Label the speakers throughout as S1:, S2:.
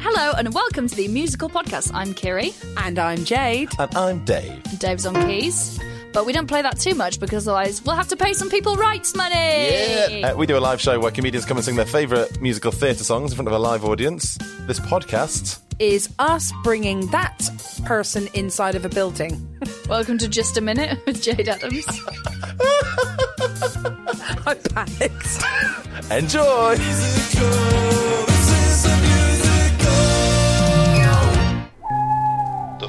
S1: Hello and welcome to the musical podcast. I'm Kiri.
S2: And I'm Jade.
S3: And I'm Dave.
S1: Dave's on keys. But we don't play that too much because otherwise we'll have to pay some people rights money.
S3: Yeah. Uh, we do a live show where comedians come and sing their favourite musical theatre songs in front of a live audience. This podcast.
S2: Is us bringing that person inside of a building.
S4: Uh,
S1: Welcome to Just a Minute with Jade Adams.
S2: I panicked.
S3: Enjoy!
S5: The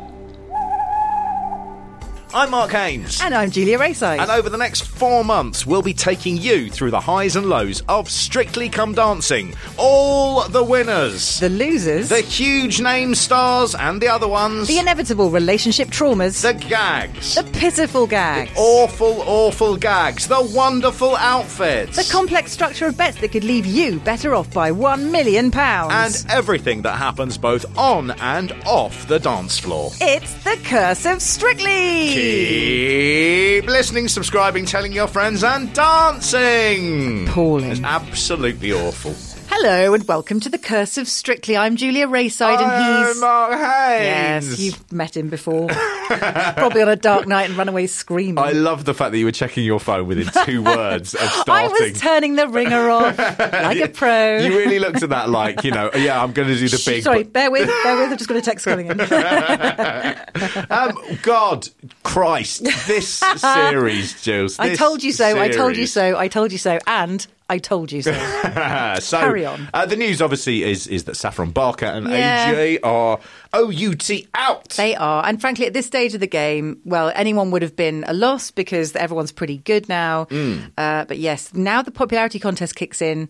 S6: I'm Mark Haynes.
S2: And I'm Julia Rayside.
S6: And over the next four months, we'll be taking you through the highs and lows of Strictly Come Dancing. All the winners,
S2: the losers,
S6: the huge name stars, and the other ones,
S2: the inevitable relationship traumas,
S6: the gags,
S2: the pitiful gags,
S6: the awful, awful gags, the wonderful outfits,
S2: the complex structure of bets that could leave you better off by one million pounds,
S6: and everything that happens both on and off the dance floor.
S2: It's the curse of Strictly.
S6: Keep listening, subscribing, telling your friends, and dancing.
S2: Appalling.
S6: It's absolutely awful.
S2: Hello and welcome to the Curse of Strictly. I'm Julia Rayside,
S6: Oh,
S2: and he's
S6: Mark Hayes.
S2: yes, you've met him before, probably on a dark night and runaway screaming.
S6: I love the fact that you were checking your phone within two words of starting.
S2: I was turning the ringer off like a pro.
S6: You really looked at that like, you know, yeah, I'm going to do the
S2: Shh,
S6: big.
S2: Sorry, bear with, bear with. I've just got a text coming in.
S6: um, God, Christ, this series, Jules.
S2: I
S6: this
S2: told you so. I told you
S6: series.
S2: so. I told you so. And I told you so.
S6: Uh, so,
S2: Carry on.
S6: Uh, the news, obviously, is is that Saffron Barker and
S2: Yeah.
S6: AJ are OUT out.
S2: they are. And frankly, at this stage of the game, well, anyone would have been a loss because everyone's pretty good now.
S6: Hmm.
S2: Uh, but yes, now the popularity contest kicks in.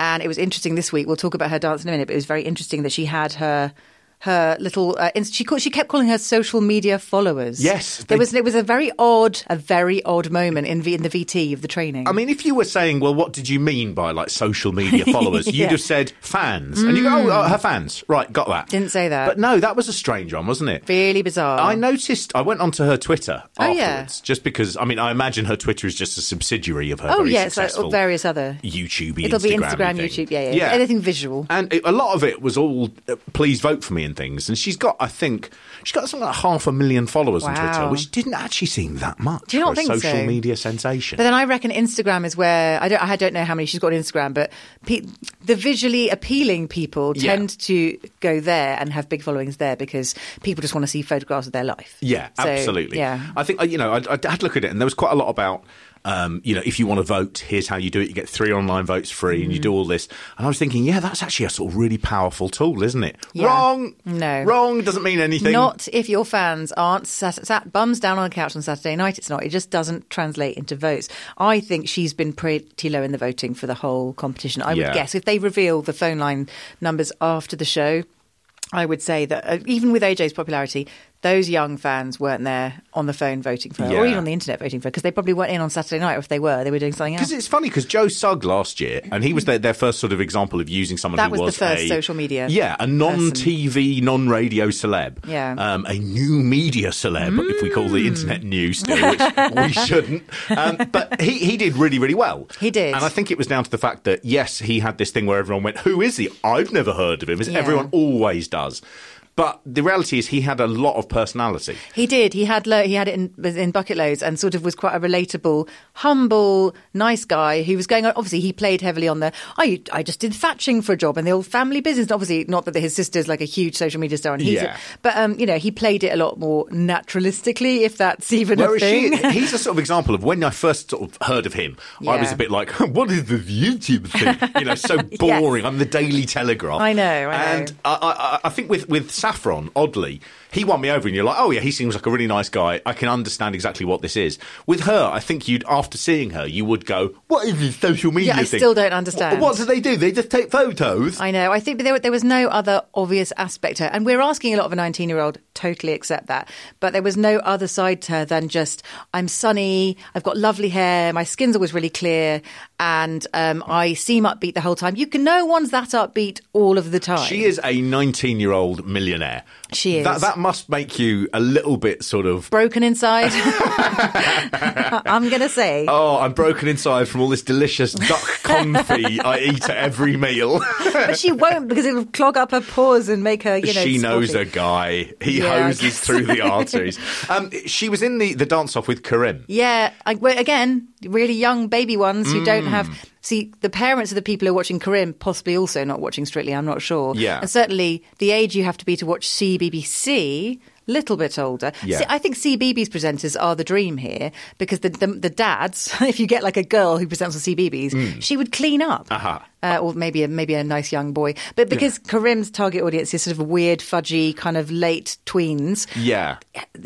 S2: And it was interesting this week. We'll talk about her dance in a minute, but it was very interesting that she had her. Her little, uh, inst- she called, she kept calling her social media followers.
S6: Yes, they-
S2: there was it was a very odd, a very odd moment in, v- in the VT of the training.
S6: I mean, if you were saying, well, what did you mean by like social media followers?
S2: Yeah.
S6: You'd have said fans. And you go, oh, uh, her fans. Right, got that.
S2: Didn't say that.
S6: But no, that was a strange one, wasn't it?
S2: really bizarre.
S6: I noticed. I went onto her Twitter
S2: Oh, yeah.
S6: afterwards, just because. I mean, I imagine her Twitter is just a subsidiary of her.
S2: Oh
S6: very
S2: yeah, it's like
S6: successful
S2: various other.
S6: YouTube.
S2: It'll be
S6: Instagram
S2: Instagram,
S6: thing.
S2: YouTube, yeah, yeah, anything visual.
S6: And it, a lot of it was all uh, please vote for me and things. And she's got, I think, she's got something like half a million followers on Twitter,
S2: Wow.
S6: which didn't actually seem that much.
S2: Do you not
S6: for a
S2: think
S6: social
S2: so?
S6: media sensation.
S2: But then I reckon Instagram is where I don't. I don't know how many she's got on Instagram, but pe- the visually appealing people
S6: Yeah.
S2: tend to go there and have big followings there because people just want to see photographs of their life.
S6: Yeah,
S2: So,
S6: absolutely.
S2: Yeah.
S6: I think, uh, you know, I, I had a look at it and there was quite a lot about, um, you know, if you want to vote, here's how you do it. You get three online votes free
S2: Mm.
S6: and you do all this. And I was thinking, yeah, that's actually a sort of really powerful tool, isn't it?
S2: Yeah.
S6: Wrong.
S2: No.
S6: Wrong doesn't mean anything.
S2: Not if your fans aren't sat, sat bums down on the couch on Saturday night. It's not. It just doesn't translate into votes. I think she's been pretty low in the voting for the whole competition. I
S6: Yeah.
S2: would guess if they reveal the phone line numbers after the show, I would say that uh, even with AJ's popularity, those young fans weren't there on the phone voting for her, or
S6: Yeah.
S2: even on the internet voting for her, because they probably weren't in on Saturday night, or if they were, they were doing something else.
S6: Because it's funny because Joe Sugg last year, and he was their, their first sort of example of using someone
S2: Mm-hmm. That
S6: who
S2: was
S6: was,
S2: the first
S6: a-
S2: social media
S6: yeah, a non-TV, non-radio celeb,
S2: Yeah. Mm.
S6: um, a new media celeb, if we call the internet new still, which we shouldn't. Um, but he he did really really well.
S2: He did.
S6: and I think it was down to the fact that yes, he had this thing where everyone went, "Who is he? I've never heard of him." As
S2: Yeah.
S6: everyone always does. But the reality is, he had a lot of personality.
S2: He did. He had lo- he had it in, was in bucket loads and sort of was quite a relatable, humble, nice guy who was going on. Obviously, he played heavily on the I I just did thatching for a job and the old family business. Obviously, not that his sister's like a huge social media star and he's,
S6: Yeah.
S2: but um, you know, he played it a lot more naturalistically, if that's even a
S6: Whereas she,
S2: thing.
S6: he's a sort of example of when I first sort of heard of him, I was
S2: Yeah.
S6: a bit like, what is this YouTube thing? You know, so boring. I'm the Daily Telegraph.
S2: I know, I know.
S6: And I, I, I think with, with Saffron, oddly, he won me over, and you're like, oh yeah, he seems like a really nice guy. I can understand exactly what this is. With her, I think you'd after seeing her, you would go, what is this social media?
S2: I
S6: thing?
S2: still don't understand.
S6: What, what do they do? They just take photos.
S2: I know. I think there, there was no other obvious aspect to her. And we're asking a lot of a 19 year old, totally accept that. But there was no other side to her than just, I'm sunny, I've got lovely hair, my skin's always really clear, and um, I seem upbeat the whole time. You can know one's that upbeat all of the time.
S6: She is a 19 year old millionaire.
S2: She is.
S6: That, that must make you a little bit sort of.
S2: Broken inside. I'm going to say.
S6: Oh, I'm broken inside from all this delicious duck confit I eat at every meal.
S2: But she won't because it'll clog up her pores and make her, you know.
S6: she knows
S2: sporty.
S6: a guy. He
S2: Yeah, I
S6: hoses
S2: guess.
S6: through the arteries. Um, she was in the, the dance off with Karim.
S2: Yeah, I, well, again, really young baby ones who
S6: Mm.
S2: don't have. See, the parents of the people who are watching Karim possibly also not watching Strictly. I'm not sure.
S6: Yeah.
S2: and certainly the age you have to be to watch CBBC. Little bit older.
S6: Yeah.
S2: See, I think CBBS presenters are the dream here because the the, the dads, if you get like a girl who presents on CBBS,
S6: Mm.
S2: she would clean up, uh-huh. or maybe a, maybe a nice young boy. But because Karim's target audience is sort of a weird, fudgy kind of late tweens,
S6: Yeah.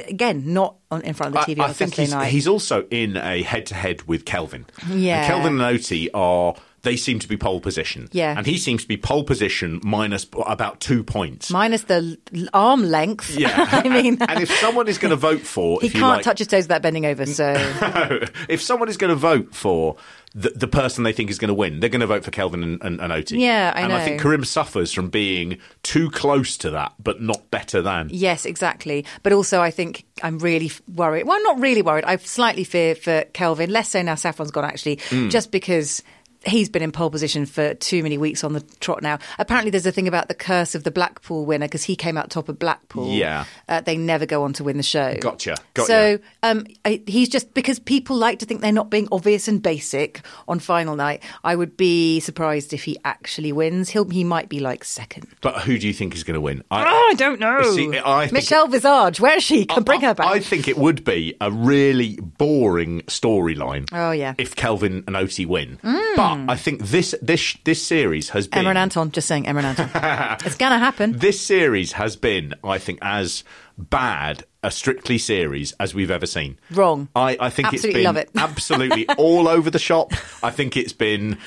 S2: again, not on, in front of the TV
S6: Mm. I,
S2: on
S6: I think
S2: Saturday
S6: he's,
S2: night.
S6: he's also in a head to head with Kelvin.
S2: Yeah.
S6: And Kelvin and Oti are. They seem to be pole position.
S2: Yeah.
S6: And he seems to be pole position minus about two points.
S2: minus the l- arm length.
S6: yeah.
S2: I mean,
S6: and if someone is going to vote for.
S2: he
S6: if you
S2: can't
S6: like,
S2: touch his toes without bending over. So
S6: if someone is going to vote for the, the person they think is going to win, they're going to vote for Kelvin and, and, and Oti.
S2: Yeah, I
S6: and I think
S2: know.
S6: Karim suffers from being too close to that, but not better than.
S2: yes, exactly. But also, I think I'm really f- worried. Well, I'm not really worried. I slightly fear for Kelvin. Less so now. Saffron's gone actually,
S6: Hmm.
S2: just because. He's been in pole position for too many weeks on the trot now. Apparently, there's a thing about the curse of the Blackpool winner because he came out top of Blackpool.
S6: Yeah.
S2: Uh, they never go on to win the show.
S6: Gotcha, gotcha.
S2: So um, I, he's just because people like to think they're not being obvious and basic on final night. I would be surprised if he actually wins. He'll he might be like second.
S6: But who do you think is going to win? I,
S2: Ah, Oh, I don't know.
S6: See, I think
S2: Michelle Visage, where is she? Can bring her back.
S6: I think it would be a really boring storyline.
S2: Oh, yeah. Hmm.
S6: if Kelvin and Oti win. But I think this this this series has been
S2: Emma and Anton, just saying, Emma and Anton. it's gonna happen.
S6: this series has been, I think, as bad a strictly series as we've ever seen.
S2: Wrong.
S6: I, I think it's
S2: Absolutely
S6: been
S2: love it.
S6: absolutely all over the shop. I think it's been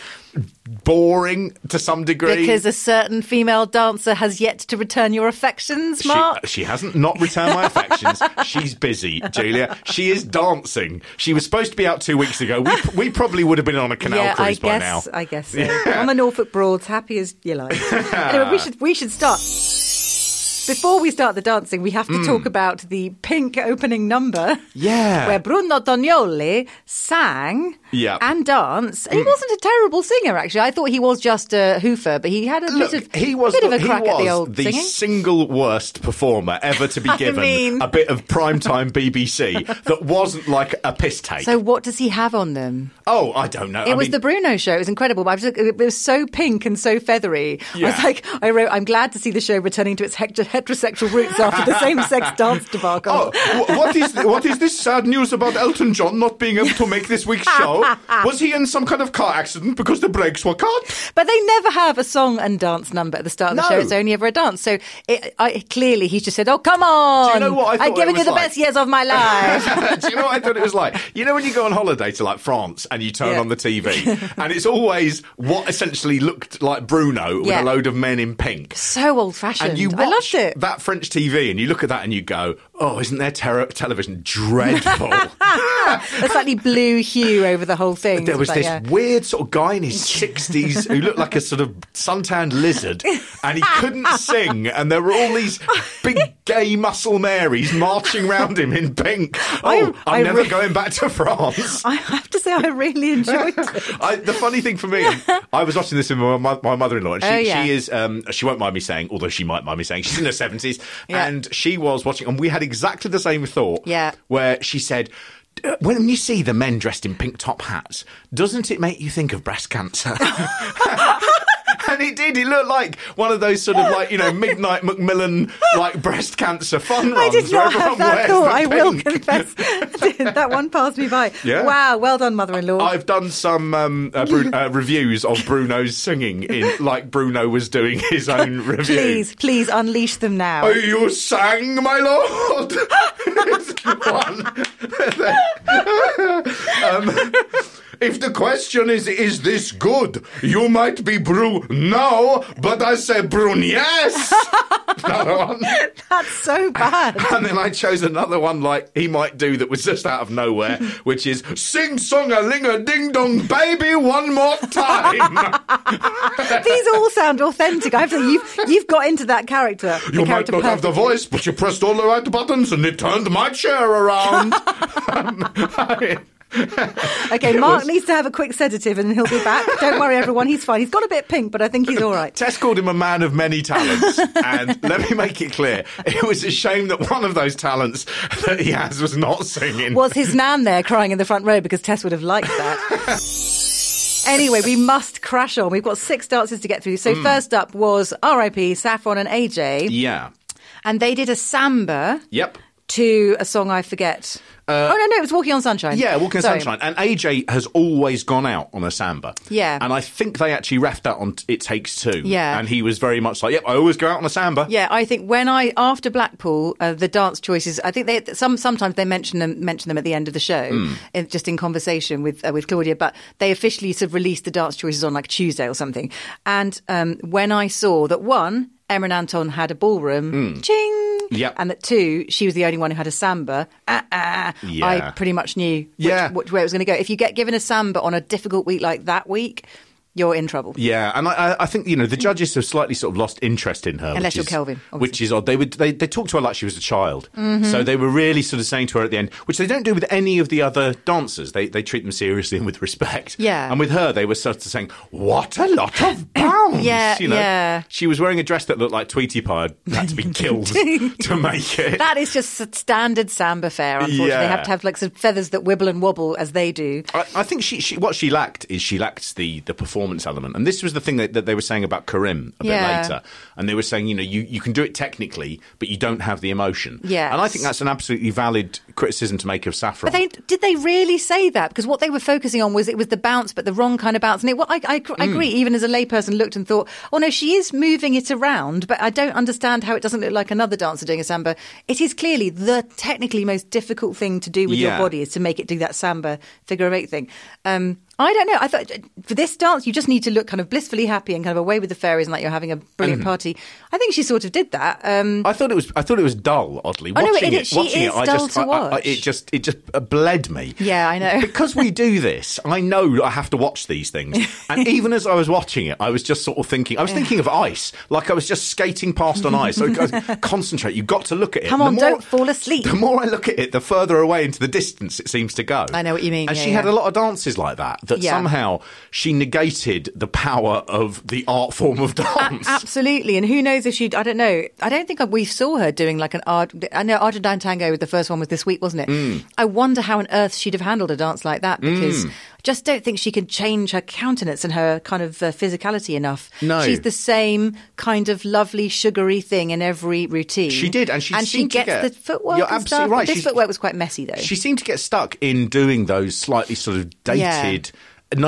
S6: boring to some degree.
S2: Because a certain female dancer has yet to return your affections,
S6: she,
S2: Mark.
S6: she hasn't not returned my affections. She's busy, Julia. She is dancing. She was supposed to be out two weeks ago. We, we probably would have been on a canal
S2: yeah, I
S6: cruise by now.
S2: guess. I guess so. On the Norfolk Broads, happy as you like. anyway, we should we should start. Before we start the dancing, we have to
S6: Hmm.
S2: talk about the pink opening number.
S6: Yeah.
S2: Where Bruno Tognoli sang
S6: Yeah.
S2: and danced.
S6: Hmm.
S2: And he wasn't a terrible singer, actually. I thought he was just a hoofer, but he had a
S6: Look,
S2: bit of,
S6: he was
S2: bit of
S6: the,
S2: a crack
S6: he was
S2: at the old
S6: the
S2: singing.
S6: single worst performer ever to be
S2: I
S6: given
S2: mean-
S6: a bit of primetime BBC that wasn't like a piss take.
S2: so what does he have on them?
S6: oh, I don't know.
S2: It
S6: I
S2: was
S6: mean,
S2: the Bruno show. It was incredible. But I was just, it was so pink and so feathery. I
S6: Yeah.
S2: was like, I wrote, I'm glad to see the show returning to its hect- heterosexual roots after the same-sex dance debacle.
S6: Oh, wh- what is th- what is this sad news about Elton John not being able to make this week's show? Was he in some kind of car accident because the brakes were cut?
S2: But they never have a song and dance number at the start of the
S6: No.
S2: show. It's only ever a dance. So it, I, clearly, he's just said, "Oh, come on!
S6: know what I thought
S2: have
S6: it
S2: given you
S6: was
S2: the
S6: like?"
S2: best years of my life."
S6: Do you know what I thought it was like? You know when you go on holiday to like France and you turn
S2: Yeah.
S6: on the TV and it's always what essentially looked like Bruno with
S2: Yeah.
S6: a load of men in pink.
S2: so old-fashioned.
S6: And you
S2: I loved
S6: watch
S2: it.
S6: that French TV and you look at that and you go, oh, isn't their ter- television dreadful?
S2: a slightly blue hue over the whole thing.
S6: there was
S2: But,
S6: this
S2: yeah.
S6: weird sort of guy in his 60s who looked like a sort of suntanned lizard and he couldn't sing and there were all these big gay muscle marys marching round him in pink. Oh, I,
S2: I
S6: am never
S2: re-
S6: going back to France.
S2: I have to say, I really enjoyed it.
S6: I, the funny thing for me, I was watching this with my, mo- my mother-in-law, and she,
S2: Oh, yeah.
S6: she is um, she won't mind me saying, although she might mind me saying, she's in her seventies,
S2: Yeah.
S6: and she was watching, and we had exactly the same thought.
S2: Yeah.
S6: where she said. "Uh, When you see the men dressed in pink top hats, doesn't it make you think of breast cancer? and he did. He looked like one of those sort of like you know midnight Macmillan like breast cancer fun runs.
S2: I did not
S6: where
S2: have
S6: everyone
S2: that
S6: wears
S2: thought.
S6: the
S2: I will
S6: pink.
S2: confess. that one passed me by.
S6: Yeah.
S2: Wow. Well done, mother-in-law.
S6: I've done some um, uh, Bru- uh, reviews of Bruno's singing, in like Bruno was doing his own review.
S2: please, please unleash them now.
S6: Oh, you sang, my lord. It's one. um, if the question is, is this good? You might be Bru no, but I say Brun yes. Another one.
S2: That's so bad.
S6: And then I chose another one like he might do that was just out of nowhere, which is sing song a ling a ding dong baby one more time.
S2: These all sound authentic. I have to, you've you've got into that character. the
S6: You might
S2: character
S6: not have the
S2: perfectly.
S6: voice, but you pressed all the right buttons and it turned my chair around. I mean,
S2: Okay, Mark needs to have a quick sedative and he'll be back. Don't worry, everyone. He's fine. He's got a bit pink, but I think he's all right.
S6: Tess called him a man of many talents, and let me make it clear: it was a shame that one of those talents that he has was not singing.
S2: Was his nan there crying in the front row because Tess would have liked that? Anyway, we must crash on. We've got six dances to get through.
S6: Hmm.
S2: So first up was R.I.P. Saffron and AJ,
S6: Yeah.
S2: and they did a samba
S6: Yep.
S2: to a song I forget. oh no, no, it was Walking on Sunshine.
S6: Uh, Yeah, Walking on
S2: Sorry.
S6: Sunshine. And AJ has always gone out on a samba.
S2: Yeah.
S6: And I think they actually refed that on It Takes Two.
S2: Yeah.
S6: And he was very much like, yep, I always go out on a samba.
S2: Yeah, I think when I after Blackpool, uh, the dance choices. I think they some sometimes they mention them mention them at the end of the show,
S6: Hmm.
S2: in, just in conversation with uh, with Claudia. But they officially sort of released the dance choices on like Tuesday or something. And um, when I saw that one, Emma and Anton had a ballroom, ching,
S6: Hmm. Yep.
S2: and that two, she was the only one who had a samba. Ah, ah,
S6: Yeah.
S2: I pretty much knew which,
S6: Yeah.
S2: which way it was going to go. If you get given a samba on a difficult week like that week, you're in trouble.
S6: Yeah, and I, I- I think you know the judges have slightly sort of lost interest in her,
S2: Hmm. Unless
S6: which
S2: you're
S6: is,
S2: Kelvin, obviously. Mm-hmm.
S6: which is odd. They would they, they talked to her like she was a child, so they were really sort of saying to her at the end, which they don't do with any of the other dancers. They they treat them seriously and with respect.
S2: Yeah.
S6: and with her they were sort of saying, "What a lot of bounds!"
S2: Yeah,
S6: you know?
S2: yeah.
S6: She was wearing a dress that looked like Tweety Pie had- had to be killed to make it.
S2: That is just s- standard samba fare. Unfortunately,
S6: Yeah.
S2: they have to have like some feathers that wibble and wobble as they do.
S6: I, I think she, she what she lacked is she lacked the the performance element, and this was the thing that, that they were saying about Karim a
S2: Yeah.
S6: bit later, and they were saying you know you, you can do it technically, but you don't have the emotion.
S2: Yes.
S6: and I think that's an absolutely valid criticism to make of Saffron.
S2: But they did they really say that? Because what they were focusing on was it was the bounce, but the wrong kind of bounce. And it, well, I, I, I
S6: Hmm.
S2: agree. Even as a layperson, looked and thought, oh no, she is moving it around, but I don't understand how it doesn't look like another dancer doing a samba. It is clearly the technically most difficult thing to do with
S6: Yeah.
S2: your body is to make it do that samba figure of eight thing. Um, I don't know. I thought for this dance, you just need to look kind of blissfully happy and kind of away with the fairies and like you're having a brilliant
S6: Mm-hmm.
S2: party. I think she sort of did that. Um,
S6: I thought it was I thought it was dull. Oddly,
S2: Oh, no,
S6: watching
S2: it
S6: it,
S2: is- she
S6: watching
S2: is
S6: it, I
S2: dull
S6: just
S2: to
S6: I- I- I-
S2: watch.
S6: it just it just uh, bled me.
S2: Yeah, I know.
S6: because we do this, I know I have to watch these things. And even as I was watching it, I was just sort of thinking. I was thinking of ice, like I was just skating past on ice. So guys, concentrate. You've got to look at it.
S2: Come
S6: The
S2: on,
S6: more-
S2: don't fall asleep.
S6: The more I look at it, the further away into the distance it seems to go.
S2: I know what you mean,
S6: And
S2: yeah,
S6: she had
S2: yeah.
S6: a lot of dances like that. That
S2: Yeah.
S6: somehow she negated the power of the art form of dance.
S2: Absolutely, and who knows if she? I don't know. I don't think we saw her doing like an art. I know Argentine Tango. The first one was this week, wasn't it?
S6: Mm.
S2: I wonder how on earth she'd have handled a dance like that because I just don't think she can change her countenance and her kind of uh, physicality enough.
S6: No.
S2: she's the same kind of lovely sugary thing in every routine.
S6: She did, and she seemed to
S2: gets
S6: get-
S2: the footwork.
S6: You're
S2: and
S6: absolutely
S2: stuff,
S6: right.
S2: But this
S6: She's-
S2: footwork was quite messy though.
S6: She seemed to get stuck in doing those slightly sort of dated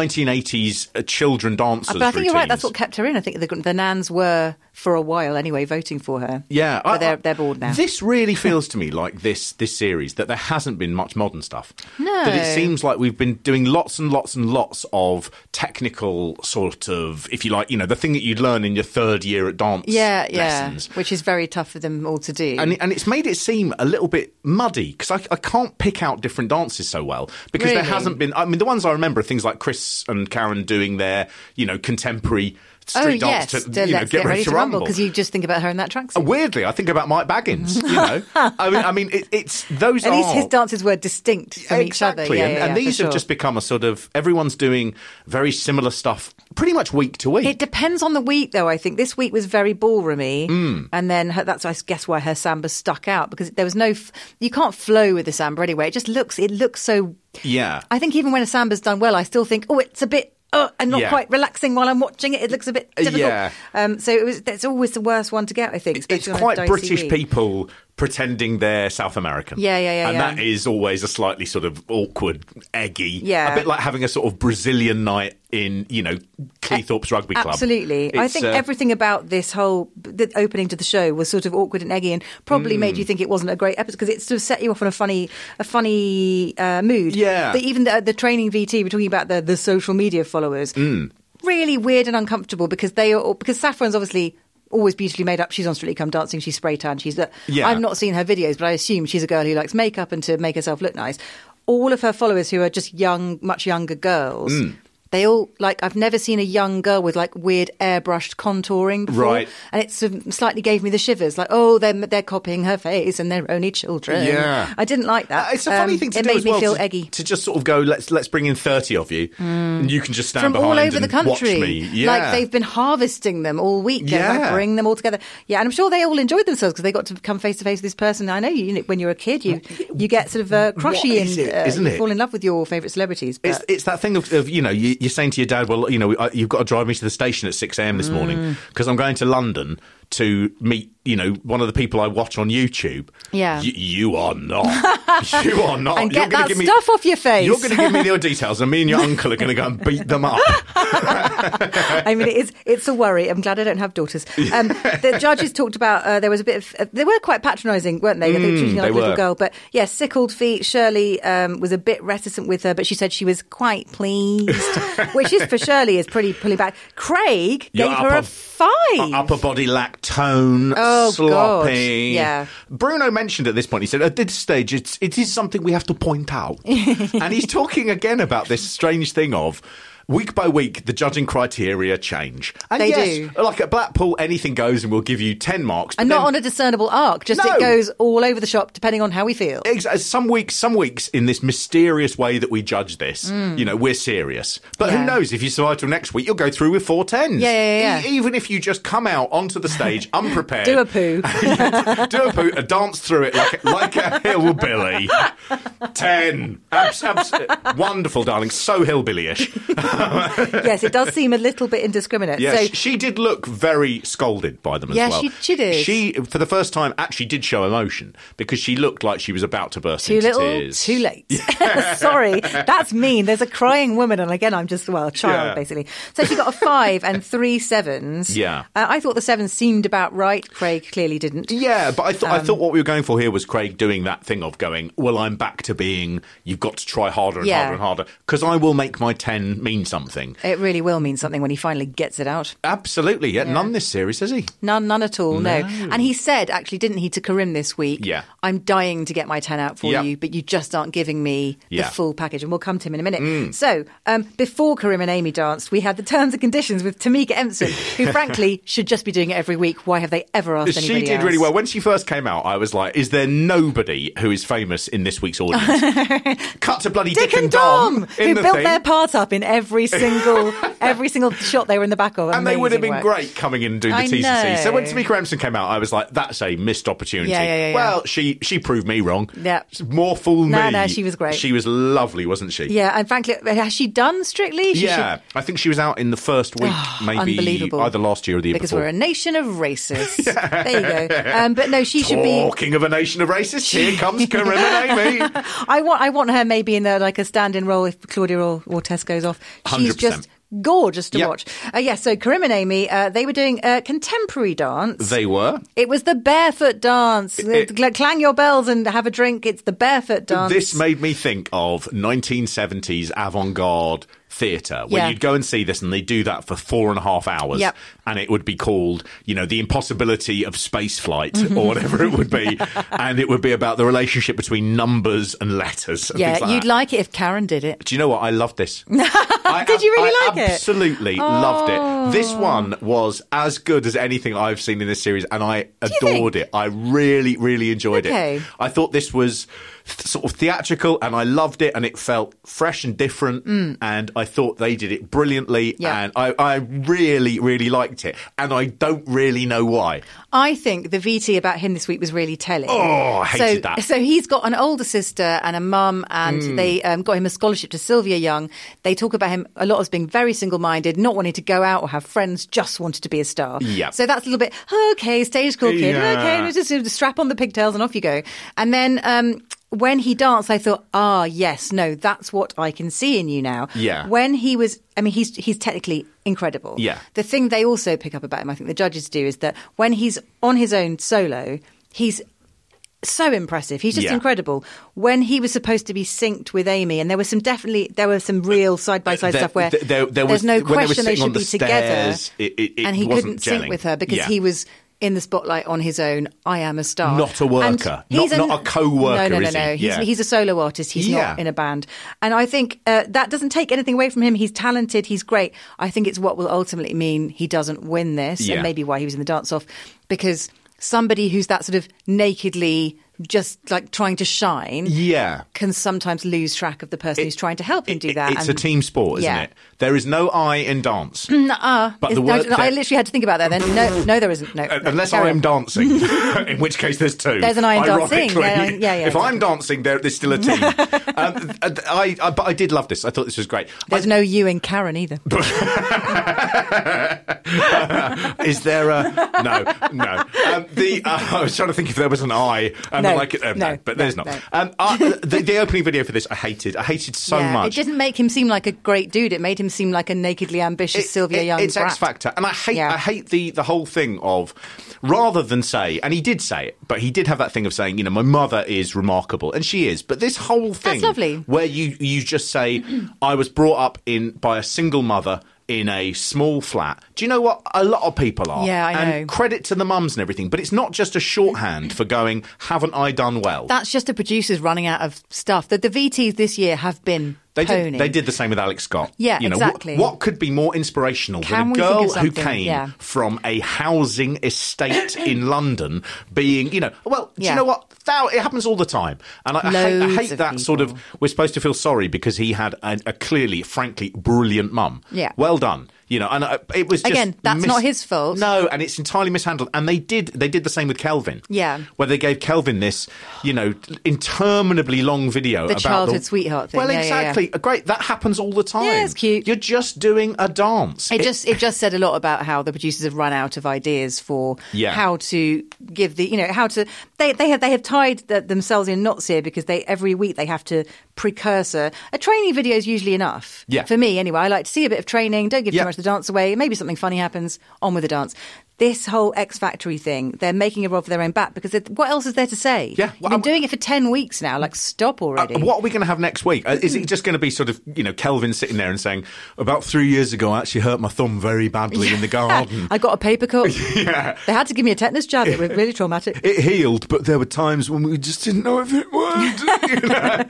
S6: 1980s uh, children dancers.
S2: but I think you're right. That's what
S6: routines.
S2: kept her in. I think the, the nans were for a while anyway voting for her.
S6: Yeah,
S2: but
S6: I- I-
S2: they're they're bored now.
S6: This really feels to me like this this series that there hasn't been much modern stuff. No, that it seems like we've been doing lots and lots and lots of technical sort of, if you like, you know, the thing that you'd learn in your third year at dance
S2: yeah, yeah,
S6: lessons.
S2: which is very tough for them all to do.
S6: and it, and it's made it seem a little bit muddy because I, I can't pick out different dances so well because there
S2: Really?
S6: hasn't been. I mean, the ones I remember are things like Chris and Karen doing their you know contemporary street
S2: oh
S6: dance
S2: yes,
S6: to
S2: the
S6: you know
S2: let's
S6: get,
S2: ready to rumble because you just think about her in that tracksuit.
S6: Weirdly, I think about Mike Baggins. You know, I mean, I mean, it, it's those.
S2: At
S6: are,
S2: least his dances were distinct from
S6: Oh, exactly.
S2: each other. Yeah,
S6: and,
S2: yeah,
S6: and
S2: yeah,
S6: these
S2: for
S6: have
S2: sure.
S6: just become a sort of everyone's doing very similar stuff, pretty much week to week.
S2: It depends on the week, though. I think this week was very ballroomy,
S6: Hmm.
S2: and then her, that's I guess why her samba stuck out because there was no. F- you can't flow with the samba anyway. It just looks. It looks so.
S6: yeah,
S2: I think even when a samba's done well, I still think, oh, it's a bit oh, and not
S6: Yeah. Uh,
S2: quite relaxing while I'm watching it. It looks a bit difficult.
S6: Yeah.
S2: Um, so it was. That's always the worst one to get. I think.
S6: It's
S2: especially on a
S6: quite
S2: dicey
S6: British
S2: week.
S6: people pretending they're South American.
S2: Yeah, yeah, yeah,
S6: And
S2: yeah.
S6: that is always a slightly sort of awkward, eggy.
S2: Yeah.
S6: A bit like having a sort of Brazilian night in, you know, Cleethorpes Rugby Club.
S2: Absolutely. I
S6: It's,
S2: think
S6: uh,
S2: everything about this whole the opening to the show was sort of awkward and eggy and probably
S6: Hmm.
S2: made you think it wasn't a great episode because it sort of set you off on a funny a funny uh, mood.
S6: Yeah.
S2: But even the, the training VT, we're talking about the, the social media
S6: Hmm.
S2: followers. Really weird and uncomfortable because they are all- because Saffron's obviously always beautifully made up. She's on Strictly Come Dancing. She's spray tan. She's uh,
S6: Yeah.
S2: I've not seen her videos, but I assume she's a girl who likes makeup and to make herself look nice. All of her followers who are just young, much younger girls.
S6: Hmm.
S2: They all like I've never seen a young girl with like weird airbrushed contouring before,
S6: Right.
S2: and it sort of slightly gave me the shivers. Like, oh, they're they're copying her face, and they're only children.
S6: Yeah.
S2: I didn't like that.
S6: Uh, It's a funny
S2: Um,
S6: thing to
S2: it
S6: do
S2: made
S6: as
S2: me
S6: well,
S2: feel
S6: to,
S2: eggy.
S6: to just sort of go. Let's let's bring in thirty of you, and you can just stand
S2: from all
S6: behind
S2: over the
S6: and
S2: country.
S6: Watch me. Yeah.
S2: Like they've been harvesting them all week. They're
S6: Yeah.
S2: like, bring them all together. Yeah, and I'm sure they all enjoyed themselves because they got to come face to face with this person. I know you, you know, when you're a kid, you you get sort of uh, crushy
S6: Mm. What is
S2: and
S6: it,
S2: uh,
S6: isn't
S2: you
S6: it?
S2: fall in love with your favourite celebrities. But
S6: It's, it's that thing of, of you know you, you're saying to your dad, well, you know, I- you've got to drive me to the station at six a.m. this morning
S2: Mm.
S6: because I'm going to London to meet you know one of the people I watch on YouTube.
S2: Yeah.
S6: Y- you are not. you are not.
S2: And
S6: You're
S2: get
S6: gonna
S2: that
S6: give me-
S2: stuff off your face.
S6: You're going to give me your details, and me and your uncle are going to go and beat them up.
S2: I mean, it is, it's a worry. I'm glad I don't have daughters. Um, the judges talked about uh, there was a bit of, uh, they were quite patronising, weren't they? they were treating her
S6: Mm, they
S2: like a little
S6: were.
S2: girl. But yes, sickled feet. Shirley um, was a bit reticent with her, but she said she was quite pleased, which is for Shirley is pretty pulling back. Craig
S6: Your
S2: gave her a
S6: upper- uh,
S2: five.
S6: Upper body lack tone,
S2: Oh,
S6: sloppy.
S2: God. Yeah.
S6: Bruno mentioned at this point, he said, at this stage, it's, it is something we have to point out. and he's talking again about this strange thing of. Week by week, the judging criteria change. And
S2: They
S6: yes,
S2: do.
S6: like at Blackpool, anything goes and we'll give you 10 marks. but
S2: and
S6: then-
S2: not on a discernible arc, just
S6: No.
S2: it goes all over the shop depending on how we feel.
S6: Exa- uh, Some weeks, some weeks, in this mysterious way that we judge this, you know, we're serious. But who
S2: Mm. Yeah.
S6: knows? If you survive till next week, you'll go through with four tens.
S2: Yeah, yeah, yeah.
S6: E- even if you just come out onto the stage unprepared,
S2: Do a poo.
S6: do a poo, and dance through it like a, like a hillbilly. Ten, abs- abs- wonderful, darling. So hillbillyish.
S2: yes, it does seem a little bit indiscriminate.
S6: Yeah,
S2: so
S6: sh- she did look very scolded by them as
S2: Yeah,
S6: well.
S2: she- she did.
S6: She, for the first time, actually did show emotion because she looked like she was about to burst
S2: Too
S6: into
S2: little,
S6: tears.
S2: too late. Sorry, that's mean. There's a crying woman, and again, I'm just well, a child
S6: Yeah.
S2: basically. So she got a five and three sevens.
S6: Yeah.
S2: uh, I thought the sevens seemed about right. Craig clearly didn't.
S6: Yeah, but I thought I
S2: Um,
S6: thought what we were going for here was Craig doing that thing of going, well, I'm back to being. You've got to try harder and
S2: Yeah.
S6: harder and harder because I will make my ten mean something.
S2: It really will mean something when he finally gets it out.
S6: Absolutely, yeah. None this series, has he?
S2: None, none at all. No. And he said, actually, didn't he, to Karim this week?
S6: Yeah.
S2: I'm dying to get my ten out for
S6: Yep.
S2: you, but you just aren't giving me
S6: Yeah. Mm.
S2: the full package. And we'll come to him in a minute. So um, before Karim and Amy danced, we had the terms and conditions with Tamika Empson, who frankly should just be doing it every week. Why have they ever asked anybody
S6: She did
S2: else?
S6: really well when she first came out. I was like, "Is there nobody who is famous in this week's audience?" Cut to bloody Dick,
S2: Dick and Dom,
S6: in
S2: who
S6: the
S2: built
S6: thing.
S2: their part up in every single every single shot they were in the back of,
S6: and they would have been
S2: Amazing work.
S6: great coming in and doing the
S2: I
S6: T's and C's. So when
S2: know.
S6: Tamika Empson came out, I was like, "That's a missed opportunity."
S2: Yeah, yeah, yeah, yeah.
S6: Well, she she proved me wrong.
S2: Yeah.
S6: more fool
S2: No,
S6: me.
S2: no, she was great.
S6: She was lovely, wasn't she?
S2: Yeah, and frankly, has she done Strictly? She should-
S6: yeah,
S2: Ah,
S6: I think she was out in the first week, maybe
S2: unbelievable.
S6: either last year or the year
S2: because
S6: before.
S2: we're a nation of racists. There you go. Um, but no, she should be.
S6: Talking of a nation of racists, here comes Corinne and Amy.
S2: I want. I want her maybe in the like a stand-in role if Claudia or, or Tess goes off. She's
S6: 100%.
S2: just gorgeous to
S6: Yep.
S2: watch. Uh, yeah. So Karim and Amy, uh, they were doing a contemporary dance.
S6: They were.
S2: it was the barefoot dance.
S6: It-
S2: Cl- Clang your bells and have a drink. It's the barefoot dance.
S6: This made me think of 1970s avant garde theatre where
S2: Yeah.
S6: you'd go and see this and they do that for four and a half hours
S2: Yep.
S6: and it would be called you know the impossibility of space flight
S2: Mm-hmm.
S6: or whatever it would be and it would be about the relationship between numbers and letters and
S2: yeah,
S6: things like
S2: you'd
S6: that.
S2: like it if Karen did it.
S6: Do you know what? I loved this. I,
S2: Did you really
S6: I
S2: like it? Oh.
S6: Absolutely loved it. This one was as good as anything I've seen in this series, and I
S2: you
S6: adored it. I really, really enjoyed
S2: Okay.
S6: it. I thought this was th- sort of theatrical, and I loved it, and it felt fresh and different, and I thought they did it brilliantly,
S2: Mm. Yeah.
S6: and I, I really, really liked it, and I don't really know why.
S2: I think the VT about him this week was really telling.
S6: Oh, I hated
S2: so,
S6: that. Hmm.
S2: So he's got an older sister and a mum, and they um, got him a scholarship to Sylvia Young. They talk about him a lot as being very single-minded, not wanting to go out or have friends, just wanted to be a star.
S6: Yeah.
S2: So that's a little bit okay, stage school kid.
S6: Yeah.
S2: Okay, let's just just strap on the pigtails and off you go. And then. Um, when he danced, I thought, ah, yes, no, that's what I can see in you now.
S6: Yeah.
S2: When he was, I mean, he's he's technically incredible.
S6: Yeah.
S2: The thing they also pick up about him, I think the judges do, is that when he's on his own solo, he's so impressive. He's just
S6: Yeah.
S2: incredible. When he was supposed to be synced with Amy, and there was some definitely there were some real side by side
S6: There-
S2: stuff where
S6: there- there- there was-
S2: there's no
S6: when they were
S2: question they
S6: sitting on
S2: should
S6: the
S2: be together,
S6: stairs, it- it- it
S2: and he
S6: wasn't
S2: couldn't
S6: gelling.
S2: sync with her because
S6: Yeah.
S2: he was. In the spotlight on his own, I am a star.
S6: Not a
S2: And
S6: worker.
S2: he's
S6: Not- not a co-worker,
S2: No, no, no,
S6: is he?
S2: no. He's,
S6: Yeah.
S2: he's a solo artist. He's
S6: Yeah.
S2: not in a band. And I think uh, that doesn't take anything away from him. He's talented. He's great. I think it's what will ultimately mean he doesn't win this,
S6: Yeah.
S2: and maybe why he was in the dance off, because somebody who's that sort of nakedly just like trying to shine
S6: Yeah.
S2: can sometimes lose track of the person who's trying to help him
S6: It-
S2: do
S6: it-
S2: that.
S6: It's
S2: and-
S6: a team sport, isn't
S2: Yeah.
S6: it? There is no I in dance. but
S2: Is-
S6: the
S2: no,
S6: word
S2: no, I
S6: there-
S2: literally had to think about that. Then no, no, there isn't. No,
S6: Uh,
S2: no,
S6: Unless
S2: carry
S6: I am
S2: on.
S6: dancing, in which case there's two.
S2: There's an I am dancing.
S6: ironically.
S2: Yeah, I- yeah, yeah,
S6: if I'm dancing, there, there's still a team. um, I, I, but I did love this. I thought this was great.
S2: There's no you in Karen either.
S6: Is there a no? No. Um, the uh, I was trying to think if there was an I. And
S2: No,
S6: I'm like, um, no,
S2: no,
S6: but there's
S2: no,
S6: not.
S2: no.
S6: Um, I, the, the opening video for this, I hated. I hated so
S2: yeah,
S6: much.
S2: it didn't make him seem like a great dude. It made him seem like a nakedly ambitious
S6: It-
S2: Sylvia
S6: it-
S2: Young.
S6: It's
S2: brat.
S6: X Factor, and I hate
S2: Yeah.
S6: I hate the the whole thing of rather than say, and he did say it, but he did have that thing of saying, you know, my mother is remarkable, and she is, but this whole thing,
S2: lovely.
S6: where you you just say, I was brought up in by a single mother. In a small flat. Do you know what? A lot of people are.
S2: Yeah, I
S6: and
S2: know.
S6: Credit to the mums and everything, but it's not just a shorthand for going, haven't I done well?
S2: That's just the producers running out of stuff. The, the VTs this year have been
S6: They
S2: pony.
S6: did, they did the same with Alex Scott.
S2: Yeah,
S6: you know, what-
S2: exactly.
S6: What, could be more inspirational than a
S2: Can we think of
S6: girl who
S2: something?
S6: came
S2: Yeah.
S6: from a housing estate in London being, you know, well, do
S2: Yeah.
S6: you know what? Thou- it happens all the time. And I, I hate, I
S2: Loads
S6: hate
S2: of
S6: that sort of,
S2: people.
S6: we're supposed to feel sorry because he had a, a clearly, frankly, brilliant mum.
S2: Yeah.
S6: Well done. You know, and uh, it was just
S2: Again, that's
S6: mis-
S2: not his fault.
S6: No, and it's entirely mishandled. And they did, they did the same with Kelvin.
S2: Yeah.
S6: where they gave Kelvin this, you know, interminably long video
S2: The
S6: about
S2: childhood sweetheart thing.
S6: Well,
S2: Yeah, yeah, yeah.
S6: exactly. Uh, Great. That happens all the time.
S2: Yeah, it's cute.
S6: You're just doing a dance.
S2: It just it just said a lot about how the producers have run out of ideas for
S6: Yeah.
S2: how to give the you know how to they they have they have tied the, themselves in knots here because they every week they have to precursor a training video is usually enough
S6: Yeah.
S2: for me anyway I like to see a bit of training don't give
S6: Yeah.
S2: too much of the dance away maybe something funny happens on with the dance this whole X Factory thing they're making a rod for their own back because it, what else is there to say
S6: Yeah.
S2: you've
S6: Well,
S2: been
S6: I'm-
S2: doing it for ten weeks now like stop already
S6: Uh, What are we going to have next week? Uh, Is it just going to be sort of, you know, Kelvin sitting there and saying, about three years ago, I actually hurt my thumb very badly in the garden.
S2: I got a paper cut they had to give me a tetanus jab it was really traumatic
S6: It healed, but there were times when we just didn't know if it would. you know?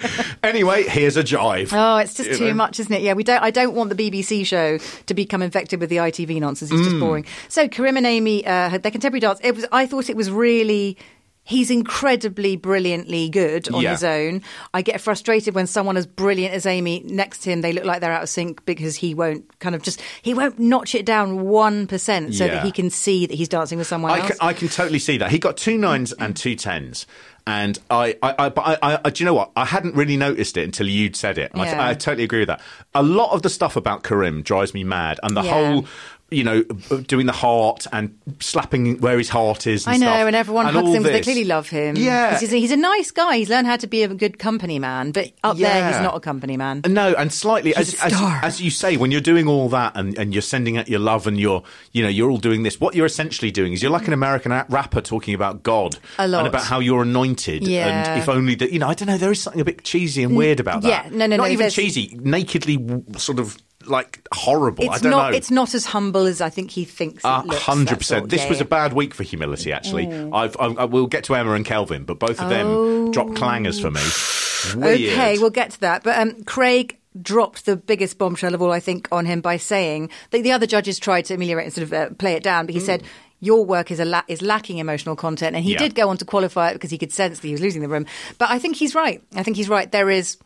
S6: Anyway, here's a jive.
S2: Oh, it's just
S6: You
S2: too
S6: know?
S2: much, isn't it? Yeah, we don't. I don't want the BBC show to become infected with the ITV nonsense. It's
S6: Mm.
S2: just boring. So Karim and Amy, uh, had their contemporary dance. It was. I thought it was really. He's incredibly brilliantly good on
S6: Yeah.
S2: his own. I get frustrated when someone as brilliant as Amy next to him, they look like they're out of sync because he won't kind of just he won't notch it down one percent so
S6: Yeah.
S2: that he can see that he's dancing with someone
S6: I
S2: else.
S6: can, I can totally see that. He got two nines and two tens. And I, I, I, but I, I, do you know what? I hadn't really noticed it until you'd said it. And
S2: Yeah.
S6: I, I totally agree with that. A lot of the stuff about Karim drives me mad, and the
S2: Yeah.
S6: whole, you know, b- doing the heart and slapping where his heart is. And
S2: I know,
S6: stuff,
S2: and everyone hugs
S6: all
S2: him because they
S6: this.
S2: clearly love him.
S6: Yeah,
S2: 'Cause he's a, he's a nice guy. He's learned how to be a good company man, but up there he's
S6: Yeah.
S2: not a company man.
S6: No, and slightly
S2: He's
S6: as,
S2: a
S6: as
S2: star.
S6: as you say, when you're doing all that and, and you're sending out your love and you're you know you're all doing this. What you're essentially doing is you're like an American a- rapper talking about God
S2: A lot.
S6: and about how you're anointed
S2: Yeah.
S6: and if only that you know I don't know there is something a bit cheesy and weird about that.
S2: yeah, no,
S6: not
S2: no, no,
S6: even
S2: there's-
S6: cheesy, nakedly w- sort of like horrible. oh, I
S2: It's
S6: don't
S2: not.
S6: know.
S2: It's not as humble as I think he thinks. it
S6: A
S2: looks,
S6: hundred
S2: that's all.
S6: percent. This
S2: Yeah, Mm.
S6: was a
S2: yeah.
S6: bad week for humility. Actually, I've, I, I will get to Emma and Kelvin, but both of them dropped clangers for me. Weird.
S2: Oh. Okay, we'll get to that. But um, Craig dropped the biggest bombshell of all, I think, on him by saying that the other judges tried to ameliorate and sort of uh, play it down, but he said. your work is a la- is lacking emotional content. And he
S6: Hmm. Yeah.
S2: did go on to qualify it because he could sense that he was losing the room. But I think he's right. I think he's right. There is.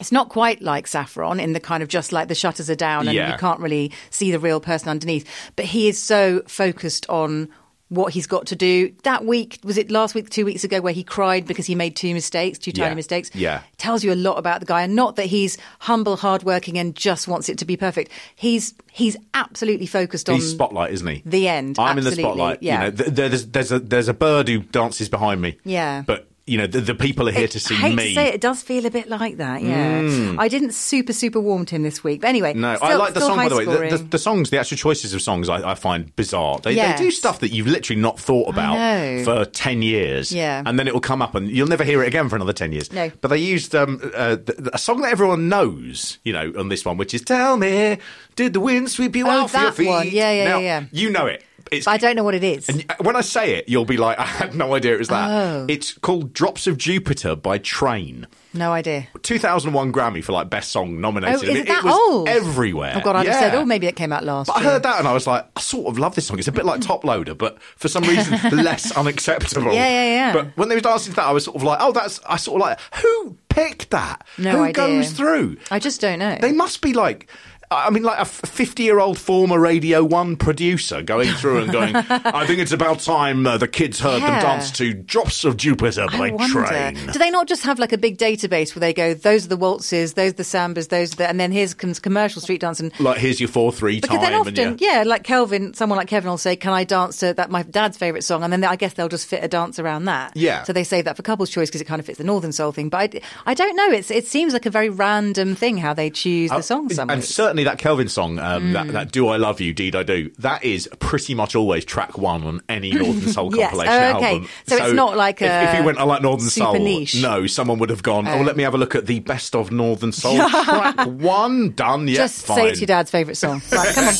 S2: It's not quite like Saffron in the kind of just like the shutters are down and
S6: Yeah.
S2: you can't really see the real person underneath. But he is so focused on what he's got to do. That week, was it last week, two weeks ago, where he cried because he made two mistakes, two tiny
S6: Yeah.
S2: mistakes?
S6: Yeah.
S2: Tells you a lot about the guy. And not that he's humble, hardworking, and just wants it to be perfect. He's he's absolutely focused on
S6: He's spotlight, isn't he?
S2: the end,
S6: I'm in the
S2: absolutely,
S6: spotlight.
S2: yeah.
S6: You know, th- there's there's a there's a bird who dances behind me.
S2: Yeah.
S6: But you know, the, the people are here to see
S2: I hate
S6: me. Mm.
S2: to say it, it does feel a bit like that. Yeah, I didn't super super warm to him this week, but anyway,
S6: No, I
S2: still-
S6: like the
S2: still
S6: song by the way.
S2: high-scoring.
S6: The, the, the songs, the actual choices of songs, I, I find bizarre. They,
S2: Yes.
S6: they do stuff that you've literally not thought
S2: know.
S6: about for ten years,
S2: Yeah.
S6: and then it will come up, and you'll never hear it again for another ten years.
S2: No.
S6: but they used um, uh, th- th- a song that everyone knows, you know, on this one, which is "Tell Me, Did the Wind Sweep You
S2: Oh,
S6: Off Your
S2: that
S6: Feet?"
S2: one. Yeah, yeah,
S6: Now,
S2: yeah, yeah.
S6: You know it. It's
S2: But I don't know what it is.
S6: and y- when I say it, you'll be like, I had no idea it was that.
S2: Oh.
S6: It's called Drops of Jupiter by Train.
S2: no idea.
S6: 2001 Grammy for like best song nominated.
S2: Oh,
S6: and
S2: is it that
S6: was
S2: old?
S6: everywhere.
S2: Oh God, I just
S6: Yeah.
S2: said, oh, maybe it came out last.
S6: But I
S2: year.
S6: heard that and I was like, I sort of love this song. It's a bit like Top Loader, but for some reason less unacceptable.
S2: Yeah, yeah, yeah.
S6: But when they were dancing to that, I was sort of like, oh, that's. I sort of like, who picked that?
S2: No
S6: who
S2: idea.
S6: goes through?
S2: I just don't know.
S6: They must be like. I mean, like a 50 year old former Radio 1 producer going through and going, I think it's about time uh, the kids heard
S2: Yeah.
S6: them dance to Drops of Jupiter by
S2: I wonder.
S6: Train.
S2: Do they not just have like a big database where they go, those are the waltzes, those are the sambas, those are the, and then here's comes commercial street dance and.
S6: Like, here's your 4 3 time.
S2: Because then
S6: and
S2: often,
S6: your-
S2: yeah, like Kelvin, someone like Kevin will say, "Can I dance to that my dad's favorite song?" And then I guess they'll just fit a dance around that.
S6: Yeah.
S2: So they save that for couples choice because it kind of fits the Northern Soul thing. But I, I don't know. It's it seems like a very random thing how they choose the Mm. songs. Some
S6: Uh, And
S2: weeks.
S6: certainly that Kelvin song, um, that, that Do I Love You, Deed I Do, that is pretty much always track one on any Northern Soul
S2: Yes,
S6: compilation
S2: oh, okay.
S6: album.
S2: So it's not like
S6: if, If
S2: a
S6: you went, I like Northern
S2: super
S6: Soul,
S2: niche.
S6: no, someone would have gone, oh, let me have a look at the best of Northern Soul track one, done, yeah,
S2: just say it's your dad's favorite song. Right, come on.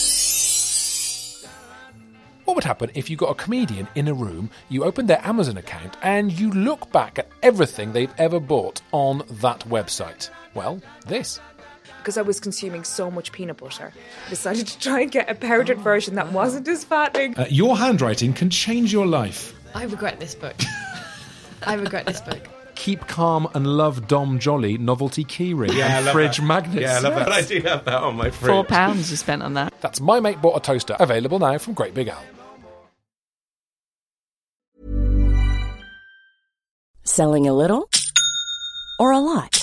S7: What would happen if you got a comedian in a room, you opened their Amazon account, and you look back at everything they've ever bought on that website? Well, this.
S8: because I was consuming so much peanut butter. I decided to try and get a powdered version that wasn't as fattening.
S7: Uh, your handwriting can change your life.
S4: I regret this book. I regret this book.
S7: Keep calm and love Dom Jolly novelty keyring and fridge magnets. Yeah, I love that. I do have that on my fridge.
S4: Four pounds you spent on that.
S7: That's my mate bought a toaster. Available now from Great Big Al.
S9: Selling a little or a lot?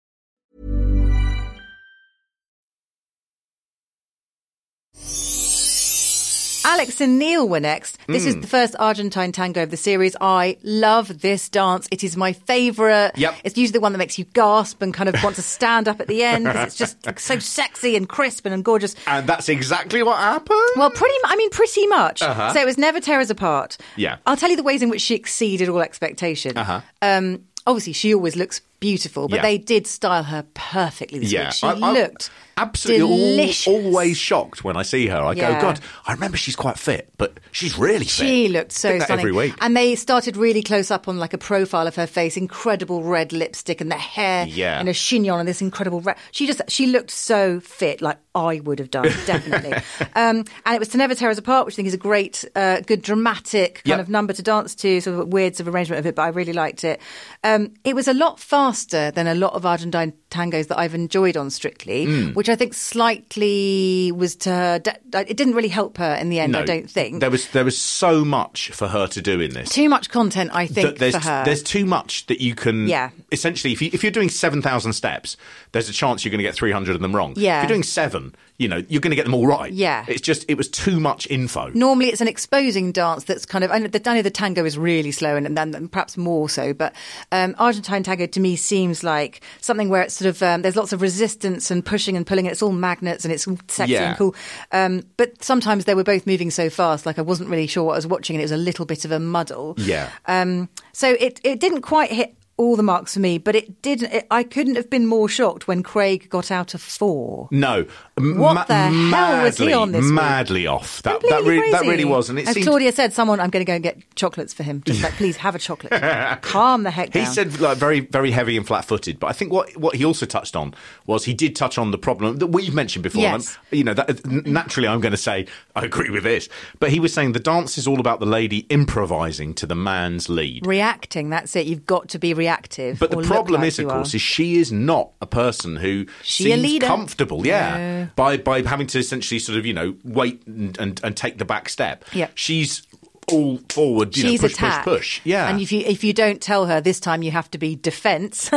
S2: Alex and Neil were next. This
S6: Hmm.
S2: is the first Argentine tango of the series. I love this dance. It is my favourite.
S6: Yep.
S2: It's usually the one that makes you gasp and kind of want to stand up at the end because it's just like, so sexy and crisp and, and gorgeous.
S6: And that's exactly what happened.
S2: Well, pretty. mu- I mean, pretty much. So it was never tears apart.
S6: Uh-huh. Yeah.
S2: I'll tell you the ways in which she exceeded all expectation. Uh-huh. Um, obviously, she always looks beautiful, but
S6: Yeah.
S2: they did style her perfectly this
S6: yeah,
S2: week. She
S6: I- I'm
S2: looked
S6: absolutely al-
S2: delicious.
S6: always shocked when I see her. I
S2: Yeah.
S6: go, God, I remember she's quite fit, but she's really fit.
S2: She looked so
S6: Think that
S2: stunning.
S6: every week.
S2: And they started really close up on like a profile of her face, incredible red lipstick and the hair
S6: Yeah.
S2: and a chignon and this incredible red. She just she looked so fit, like I would have done definitely. um, and it was to never tear us apart, which I think is a great, uh, good dramatic kind
S6: Yep.
S2: of number to dance to, sort of weird sort of arrangement of it, but I really liked it. Um, it was a lot faster faster than a lot of Argentine tangos that I've enjoyed on Strictly,
S6: Mm.
S2: which I think slightly was to her. de- It didn't really help her in the end, I don't think.
S6: there was there was so much for her to do in this.
S2: Too much content, I
S6: that
S2: think,
S6: there's,
S2: for her.
S6: there's too much that you can.
S2: Yeah.
S6: Essentially, if, you, if you're doing 7,000 steps, there's a chance you're going to get 300 of them wrong.
S2: Yeah.
S6: If you're doing seven, you know, you're going to get them all right.
S2: Yeah.
S6: It's just, it was too much info.
S2: Normally, it's an exposing dance that's kind of. I know the, I know the tango is really slow, and, and then and perhaps more so. But um, Argentine tango to me seems like something where it's sort of um, there's lots of resistance and pushing and pulling, and it's all magnets and it's all sexy
S10: Yeah.
S2: and cool. Um, but sometimes they were both moving so fast, like I wasn't really sure what I was watching, and it was a little bit of a muddle.
S10: Yeah.
S2: Um, so it it didn't quite hit all the marks for me, but it did. It, I couldn't have been more shocked when Craig got out of four.
S6: No, M-
S2: What
S6: ma-
S2: the hell was he
S6: madly-
S2: on this week?
S6: Madly off. That that,
S2: Completely
S6: really that
S2: crazy.
S6: really was, and it
S2: As
S6: seemed.
S2: Claudia said, someone I'm going to go and get chocolates for him. Just like, please have a chocolate. Calm the heck
S6: He
S2: down.
S6: said like very, very heavy and flat-footed. But I think what what he also touched on was he did touch on the problem that we've mentioned before. and
S2: Yes.
S6: I'm- you know, that, uh, n- naturally, I'm going to say I agree with this. But he was saying the dance is all about the lady improvising to the man's lead.
S2: reacting. That's it. You've got to be reactive.
S6: But the
S2: or look
S6: problem
S2: like
S6: is, of
S2: you
S6: course,
S2: are.
S6: is she is not a person who
S2: She a
S6: seems
S2: leader.
S6: comfortable. Yeah,
S2: No.
S6: by by having to essentially sort of you know wait and and, and take the back step.
S2: Yeah.
S6: she's all forward. You
S2: She's
S6: know, push,
S2: attack.
S6: push, push. Yeah,
S2: And if you if you don't tell her this time, you have to be defence.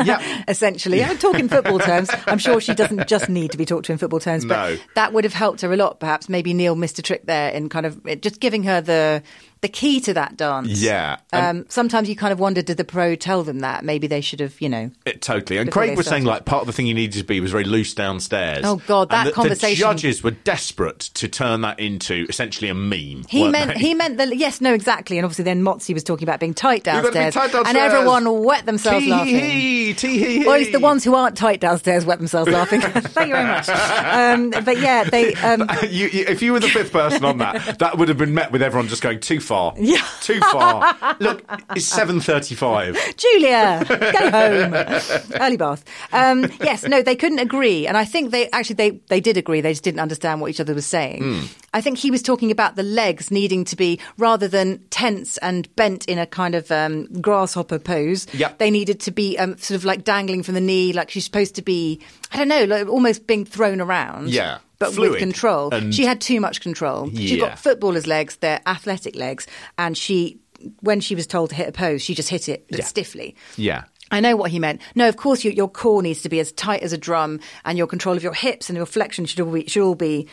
S2: Essentially,
S6: Yeah.
S2: I'm talking football terms. I'm sure she doesn't just need to be talked to in football terms, but
S6: No.
S2: that would have helped her a lot. Perhaps maybe Neil missed a trick there in kind of it- just giving her the the key to that dance.
S6: Yeah. And-
S2: Um, sometimes you kind of wonder, did the pro tell them that? Maybe they should have, you know.
S6: It, totally. And
S2: Before
S6: Craig
S2: they
S6: was saying,
S2: started.
S6: like, part of the thing you needed to be was very loose downstairs.
S2: Oh, God, that
S6: and the,
S2: conversation-
S6: The judges were desperate to turn that into essentially a meme.
S2: He
S6: weren't
S2: meant
S6: they?
S2: he meant the yes, no, exactly. And obviously, then Motzi was talking about being tight
S6: You've got to be
S2: downstairs,
S6: tight
S2: and
S6: downstairs.
S2: everyone wet themselves laughing.
S6: Tee-hee-hee, tee-hee-hee.
S2: Or at least the ones who aren't tight downstairs wet themselves laughing. Thank you very much. Um, but yeah, they. Um,
S6: You, you, if you were the fifth person on that, that would have been met with everyone just going too far, yeah, too far. Look, it's seven thirty-five.
S2: Julia, go home. Early bath. Um, yes, no, they couldn't agree, and I think they actually they they did agree. They just didn't understand what each other was saying.
S10: Hmm.
S2: I think he was talking about the legs needing to be rather than tense and bent in a kind of um, grasshopper pose.
S10: Yep.
S2: They needed to be um, sort of like dangling from the knee, like she's supposed to be. I don't know, like almost being thrown around.
S10: Yeah.
S2: But
S10: Fluid
S2: with control.
S10: and-
S2: She had too much control. She
S10: Yeah.
S2: got footballers' legs, they're athletic legs, and she when she was told to hit a pose, she just hit it but
S6: Yeah.
S2: stiffly.
S6: Yeah.
S2: I know what he meant. No, of course, your your core needs to be as tight as a drum, and your control of your hips and your flexion should all be. Should all be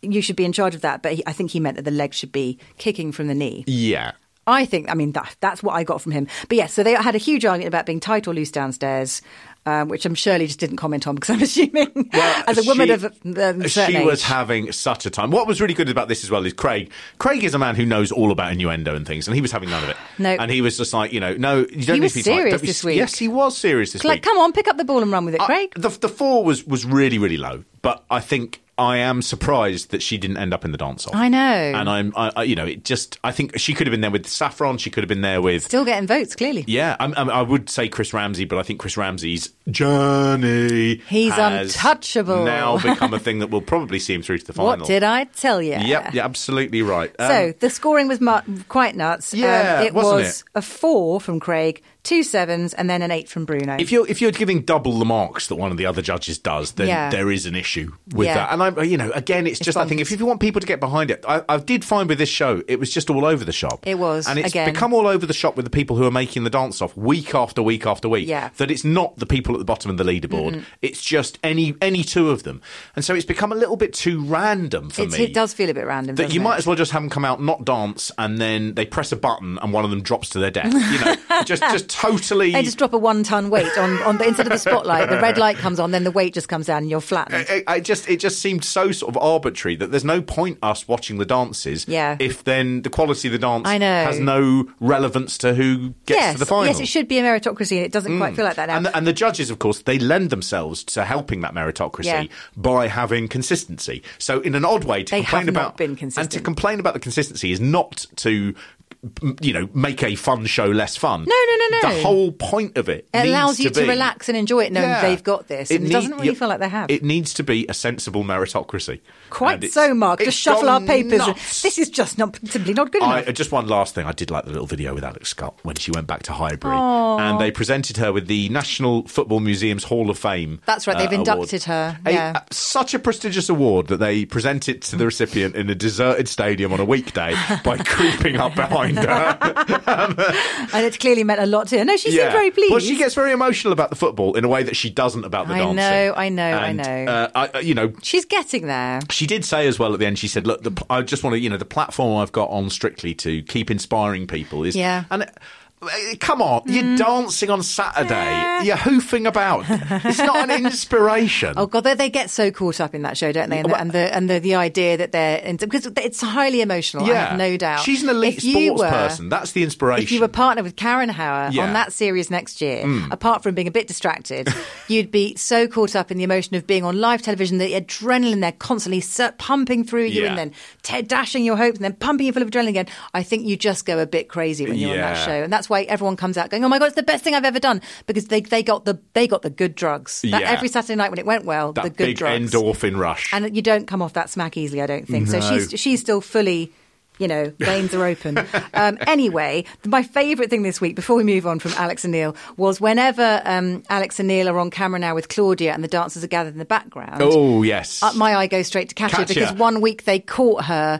S2: you should be in charge of that. But he, I think he meant that the legs should be kicking from the knee.
S6: Yeah.
S2: I think, I mean, that, that's what I got from him. But yes, so they had a huge argument about being tight or loose downstairs, um, which I'm surely just didn't comment on because I'm assuming, as a woman
S6: she-
S2: of um,
S6: she
S2: certain
S6: was
S2: age.
S6: having such a time. What was really good about this as well is Craig. Craig is a man who knows all about innuendo and things, and he was having none of it.
S2: No.
S6: and he was just like, you know, no, you don't
S2: He
S6: need
S2: was
S6: to be tight. Don't
S2: serious
S6: be-
S2: this week.
S6: Yes, he was serious this
S2: It's like,
S6: week.
S2: come on, pick up the ball and run with it, Craig.
S6: The, the four was was really really low, but I think I am surprised that she didn't end up in the dance off.
S2: I know.
S6: and I'm, I, I, you know, it just I think she could have been there with Saffron. She could have been there with
S2: Still getting votes, clearly.
S6: yeah, I'm, I'm, I would say Chris Ramsey, but I think Chris Ramsey's journey.
S2: He's
S6: has
S2: untouchable.
S6: Now become a thing that will probably see him through to the final.
S2: What did I tell you?
S6: Yep, you're absolutely right.
S2: so
S6: Um,
S2: the scoring was mu- quite nuts. Um,
S6: Yeah,
S2: it
S6: wasn't
S2: was
S6: it?
S2: a four from Craig, two sevens, and then an eight from Bruno.
S6: if you're if you're giving double the marks that one of the other judges does, then
S2: Yeah.
S6: there is an issue with
S2: Yeah.
S6: that. And I'm, you know, again, it's, just I think if you want people to get behind it, I, I did find with this show it was just all over the shop.
S2: It was,
S6: and it's
S2: again.
S6: become all over the shop with the people who are making the dance off week after week after week.
S2: Yeah.
S6: that it's not the people at the bottom of the leaderboard;
S2: Mm-mm.
S6: it's just any any two of them, and so it's become a little bit too random for
S2: It's-
S6: me.
S2: it does feel a bit random.
S6: that
S2: doesn't
S6: you
S2: it?
S6: might as well just have them come out, not dance, and then they press a button and one of them drops to their death. You know, just just totally.
S2: They just drop a one-ton weight on, on the, instead of the spotlight. The red light comes on, then the weight just comes down, and you're flattened.
S6: I, I just it just seemed so sort of arbitrary that there's no point us watching the dances
S2: Yeah.
S6: if then the quality of the dance
S2: I know.
S6: has no relevance to who gets
S2: yes,
S6: to the final.
S2: yes, it should be a meritocracy, and it doesn't quite
S6: Mm.
S2: feel like that now.
S6: And the, and the judges, of course, they lend themselves to helping that meritocracy
S2: Yeah.
S6: by having consistency. So, in an odd way, to
S2: They
S6: complain
S2: have not
S6: about
S2: been
S6: and to
S2: consistent.
S6: complain about the consistency is not to m- you know, make a fun show less fun.
S2: No, no, no, no.
S6: The whole point of it,
S2: It
S6: needs
S2: allows you to,
S6: be-
S2: relax and enjoy it knowing
S6: Yeah.
S2: they've got this. and it
S6: need-
S2: doesn't really
S6: yeah,
S2: feel like they have.
S6: It needs to be a sensible meritocracy. And
S2: Quite
S6: it's-
S2: so, Mark.
S6: it's
S2: Just shuffle our
S6: gone
S2: papers.
S6: nuts.
S2: This is just not simply not good enough.
S6: I, uh, just one last thing. I did like the little video with Alex Scott when she went back to Highbury,
S2: Aw.
S6: and they presented her with the National Football Museum's Hall of Fame.
S2: That's right.
S6: uh,
S2: They've
S6: award.
S2: inducted her.
S6: A-
S2: yeah.
S6: uh, such a prestigious award that they present it to the recipient in a deserted stadium on a weekday by creeping up behind her.
S2: and it clearly meant a lot to her. No, she seemed very pleased.
S6: Well, she gets very emotional about the football in a way that she doesn't about the
S2: I
S6: dancing.
S2: know, I know, I
S6: And,
S2: know.
S6: Uh, I, uh, you know,
S2: She's getting there.
S6: She did say as well at the end. She said, "Look, the, I just want to, you know, the platform I've got on Strictly to keep inspiring people is,
S2: Yeah. Mm.
S6: And uh, come on, you're dancing on Saturday, you're hoofing about. It's not an inspiration.
S2: Oh god, they, they get so caught up in that show, don't they? And the and the and the, the idea that they're into, because it's highly emotional. I have no doubt.
S6: She's an elite
S2: If you
S6: sports
S2: were-
S6: person. That's the inspiration.
S2: If you were partnered with Karen Hauer
S6: Yeah.
S2: on that series next year,
S6: Mm.
S2: apart from being a bit distracted, you'd be so caught up in the emotion of being on live television, the adrenaline they're constantly sur- pumping through you
S6: Yeah.
S2: and then te- dashing your hopes and then pumping you full of adrenaline again. I think you just go a bit crazy when you're on that
S6: Yeah.
S2: show. And that's why everyone comes out going, oh my God, it's the best thing I've ever done because they, they, got, the, they got the good drugs. That
S6: Yeah.
S2: Every Saturday night when it went well,
S6: that
S2: the good
S6: big
S2: drugs.
S6: endorphin rush.
S2: And you don't come off that smack easily, I don't think. So
S6: No.
S2: she's she's still fully, you know, veins are open. um, anyway, my favourite thing this week, before we move on from Alex and Neil, was whenever um, Alex and Neil are on camera now with Claudia and the dancers are gathered in the background.
S6: Oh yes,
S2: Uh, my eye goes straight to Katya,
S6: Katya.
S2: because one week they caught her.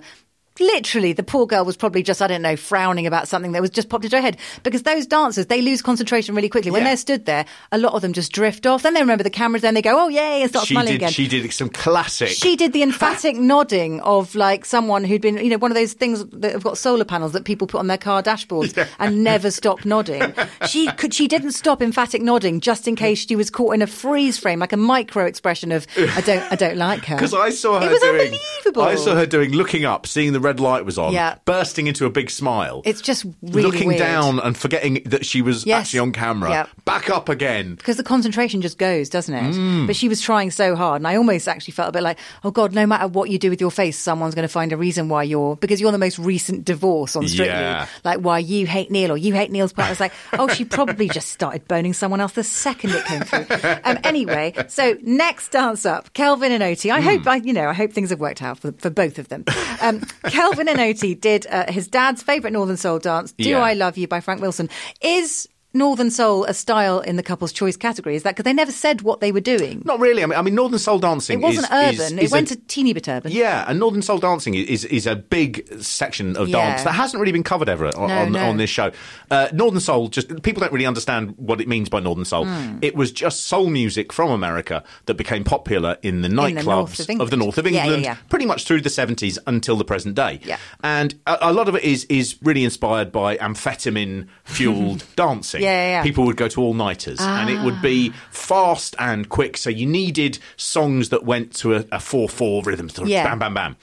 S2: Literally, the poor girl was probably just, I don't know, frowning about something that was just popped into her head. Because those dancers, they lose concentration really quickly. When
S6: Yeah.
S2: they're stood there, a lot of them just drift off. Then they remember the cameras, then they go, oh, yay, and start
S6: she
S2: smiling
S6: did.
S2: again.
S6: She did some classic.
S2: She did the emphatic nodding of like someone who'd been, you know, one of those things that have got solar panels that people put on their car dashboards and never stop nodding. She could, she didn't stop emphatic nodding just in case she was caught in a freeze frame, like a micro expression of I don't, I don't like her.
S6: Because I saw her
S2: It was
S6: doing,
S2: unbelievable.
S6: I saw her doing looking up, seeing the red light was on,
S2: Yeah.
S6: bursting into a big smile.
S2: It's just really
S6: looking
S2: weird.
S6: down and forgetting that she was
S2: Yes.
S6: actually on camera.
S2: Yep.
S6: Back up again.
S2: Because the concentration just goes, doesn't it?
S6: Mm.
S2: But she was trying so hard, and I almost actually felt a bit like, oh God, no matter what you do with your face, someone's going to find a reason why you're because you're the most recent divorce on Strictly,
S6: Yeah.
S2: like why you hate Neil or you hate Neil's partner. It's like, oh, she probably just started boning someone else the second it came through. Um, anyway, so next dance up, Kelvin and Oti. I
S6: Hmm.
S2: hope I, you know, I hope things have worked out for, for both of them. Um, Kelvin and Oti did uh, his dad's favourite Northern Soul dance, "Do
S10: Yeah.
S2: I Love You" by Frank Wilson. Is Northern Soul a style in the couple's choice category? Is that because they never said what they were doing?
S6: Not really. I mean, I mean, Northern Soul dancing.
S2: It wasn't
S6: is- is-
S2: urban.
S6: is
S2: it went
S6: a-
S2: a teeny bit urban.
S6: Yeah, and Northern Soul dancing is is a big section of
S2: Yeah.
S6: dance that hasn't really been covered ever on,
S2: No,
S6: on,
S2: no.
S6: on this show. Uh, Northern Soul, just people don't really understand what it means by Northern Soul.
S2: Mm.
S6: It was just soul music from America that became popular in the
S2: north
S6: nightclubs
S2: of England.
S6: the north of
S2: Yeah, yeah,
S6: England,
S2: yeah.
S6: pretty much through the seventies until the present day.
S2: Yeah.
S6: and a, a lot of it is is really inspired by amphetamine fueled dancing.
S2: Yeah, yeah, yeah.
S6: people would go to all nighters, and it would be fast and quick. So you needed songs that went to a, a four four rhythm. sort of
S11: Yeah.
S6: Bam, bam, bam.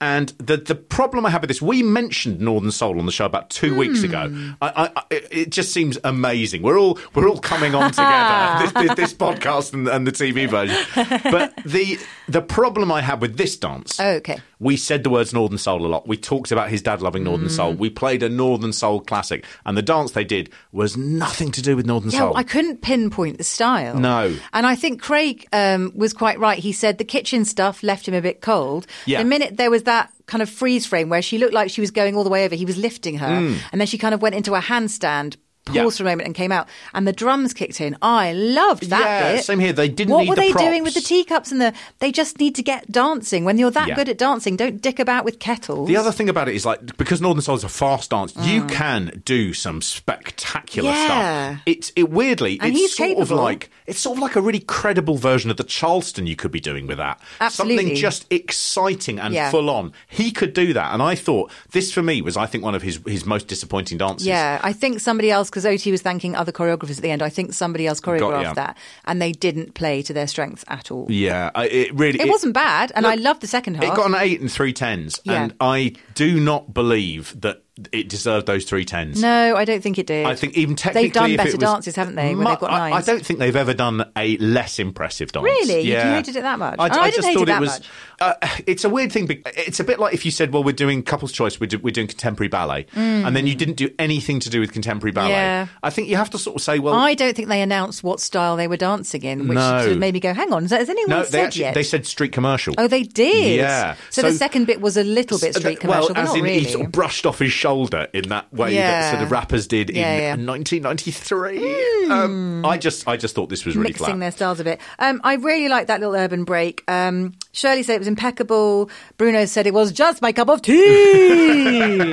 S6: And the the problem I have with this, we mentioned Northern Soul on the show about two weeks ago. I, I, I, it it just seems amazing. We're all we're all coming on together. this, this, this podcast and, and the TV version. But the the problem I had with this dance
S2: Oh, okay.
S6: we said the words Northern Soul a lot. We talked about his dad loving Northern
S2: Mm.
S6: Soul. We played a Northern Soul classic, and the dance they did was nothing to do with Northern
S2: Yeah,
S6: Soul.
S2: well, I couldn't pinpoint the style.
S6: No.
S2: And I think Craig um, was quite right. He said the kitchen stuff left him a bit cold.
S10: Yeah.
S2: The minute there was that kind of freeze frame where she looked like she was going all the way over, he was lifting her,
S10: Mm.
S2: and then she kind of went into a handstand.
S6: Yeah.
S2: Paused for a moment and came out, and the drums kicked in. I loved that
S6: yeah,
S2: bit.
S6: same here. They didn't.
S2: what
S6: need
S2: were
S6: the
S2: they
S6: props.
S2: doing with the teacups and the? They just need to get dancing. When you're that
S6: Yeah.
S2: good at dancing, don't dick about with kettles.
S6: The other thing about it is like because Northern Soul is a fast dance, you can do some spectacular
S2: Mm. Yeah.
S6: stuff. It's it weirdly
S2: And
S6: it's
S2: he's
S6: sort of
S2: capable.
S6: like it's sort of like a really credible version of the Charleston you could be doing with that.
S2: Absolutely.
S6: Something just exciting and
S2: Yeah.
S6: full on. He could do that, and I thought this for me was I think one of his his most disappointing dances.
S2: Yeah, I think somebody else because OT was thanking other choreographers at the end. I think somebody else choreographed
S6: yeah.
S2: that, and they didn't play to their strengths at all.
S6: Yeah, I, it really
S2: It, wasn't bad, and I
S6: Look,
S2: loved the second half.
S6: It got an eight and three tens,
S2: Yeah.
S6: and I do not believe that it deserved those three tens.
S2: No, I don't think it did.
S6: I think even technically,
S2: they've done
S6: if it
S2: better
S6: was
S2: dances, haven't they? When
S6: mu-
S2: they've got
S6: I,
S2: nines.
S6: I don't think they've ever done a less impressive dance.
S2: Really? You- you
S6: Yeah.
S2: hated it that much?
S6: I,
S2: Oh, I didn't
S6: just
S2: hate
S6: thought
S2: it
S6: it,
S2: that
S6: was.
S2: much.
S6: Uh, it's a weird thing. bec- It's a bit like if you said, "Well, we're doing couples choice. We're, do, we're doing contemporary ballet,"
S2: Mm.
S6: and then you didn't do anything to do with contemporary ballet.
S2: Yeah.
S6: I think you have to sort of say, "Well,
S2: I don't think they announced what style they were dancing in, which
S6: No.
S2: sort of made me go, "Hang on, has- has anyone
S6: no."
S2: said
S6: They actually
S2: yet?"
S6: they said street commercial.
S2: oh, they did.
S6: Yeah.
S2: So, the second bit was a little bit street
S6: Uh, well,
S2: commercial, but
S6: as
S2: not
S6: in
S2: really.
S6: he sort of brushed off his shoulder in that way
S2: Yeah.
S6: that sort of rappers did
S2: Yeah,
S6: in
S2: yeah. Hmm.
S6: 1993. Um, I just, I just thought this was really
S2: mixing
S6: flat.
S2: their styles a bit. Um, I really liked that little urban break. Um, Shirley said it was impeccable. Bruno said it was just my cup of tea.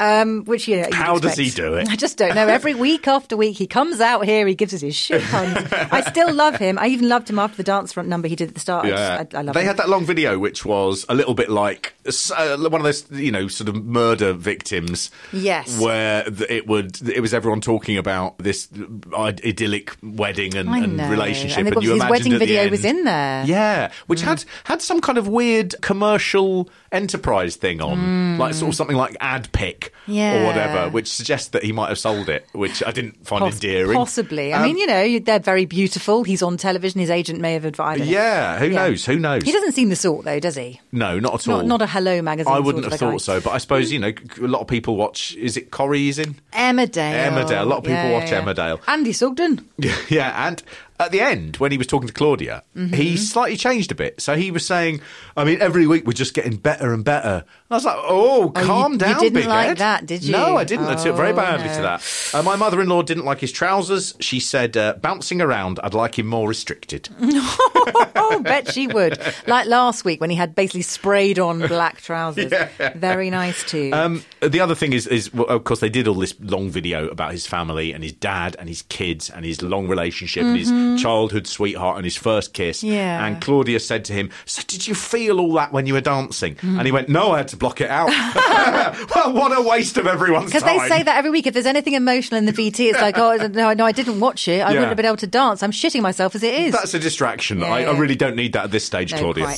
S2: um, which yeah, you'd
S6: How does
S2: expect.
S6: he do it?
S2: I just don't know. Every week after week, he comes out here. He gives us his shit puns. I still love him. I even loved him after the dance front number he did at the start. I, just, I, I love
S6: they
S2: him.
S6: had that long video, which was a little bit like uh, one of those, you know, sort of murder victims.
S2: Yes.
S6: where th- it would, it was everyone talking about this Id- idyllic wedding and,
S2: I
S6: and
S2: know.
S6: relationship, and,
S2: And, they've got
S6: you
S2: his
S6: imagined
S2: wedding
S6: at the
S2: video
S6: end-
S2: was in there.
S6: Yeah, which
S2: Mm.
S6: had had some kind of weird commercial enterprise thing on,
S2: Mm.
S6: like sort of something like AdPick
S2: Yeah.
S6: or whatever, which suggests that he might have sold it, which I didn't find
S2: Poss-
S6: endearing.
S2: Possibly. I
S6: Um,
S2: mean, you know, you- they're very beautiful. He's on television. His agent may have advised.
S6: yeah, who knows? Who knows?
S2: He doesn't seem the sort, though, does he?
S6: No, not at all.
S2: Not, not a Hello magazine.
S6: I
S2: sort
S6: wouldn't
S2: of
S6: have
S2: a guy.
S6: thought so, but I suppose you know c- c- a lot of people watch. Is it Corrie he's in?
S2: Emmerdale.
S6: Emmerdale. A lot of people
S2: Yeah, yeah,
S6: watch
S2: yeah.
S6: Emmerdale.
S2: Andy Sugden.
S6: yeah, and at the end when he was talking to Claudia,
S2: Mhm.
S6: he slightly changed a bit. So he was saying, "I mean, every week we're just getting better and better." And I was like, "Oh,
S2: Oh, you-
S6: calm
S2: you
S6: down,
S2: didn't
S6: big
S2: like
S6: head."
S2: that, did you?
S6: No, I didn't. I took very
S2: Oh,
S6: badly
S2: no.
S6: to that. Uh, my mother-in-law didn't like his trousers. She said, uh, "Bouncing around, I'd like him more restricted."
S2: Oh, bet she would. Like last week when he had basically sprayed on black trousers. Very nice too.
S6: Um, the other thing is, is well, of course, they did all this long video about his family and his dad and his kids and his long relationship and
S2: Mm-hmm.
S10: Mhm.
S6: his childhood sweetheart and his first kiss.
S10: Yeah.
S6: And Claudia said to him, "So did you feel all that when you were dancing?"
S2: Mm.
S6: And he went, "No, I had to block it out." well, what a waste of everyone's
S2: because
S6: time.
S2: they say that every week. If there's anything emotional in the VT, it's like, oh no, no, I didn't watch it.
S6: Yeah.
S2: I wouldn't have been able to dance. I'm shitting myself as it is.
S6: That's a distraction.
S2: Yeah,
S6: I, I
S2: yeah.
S6: really don't need that at this stage,
S2: No,
S6: Claudia.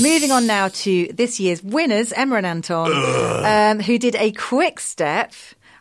S2: Moving on now to this year's winners, Emma and Anton, um, who did a quick step.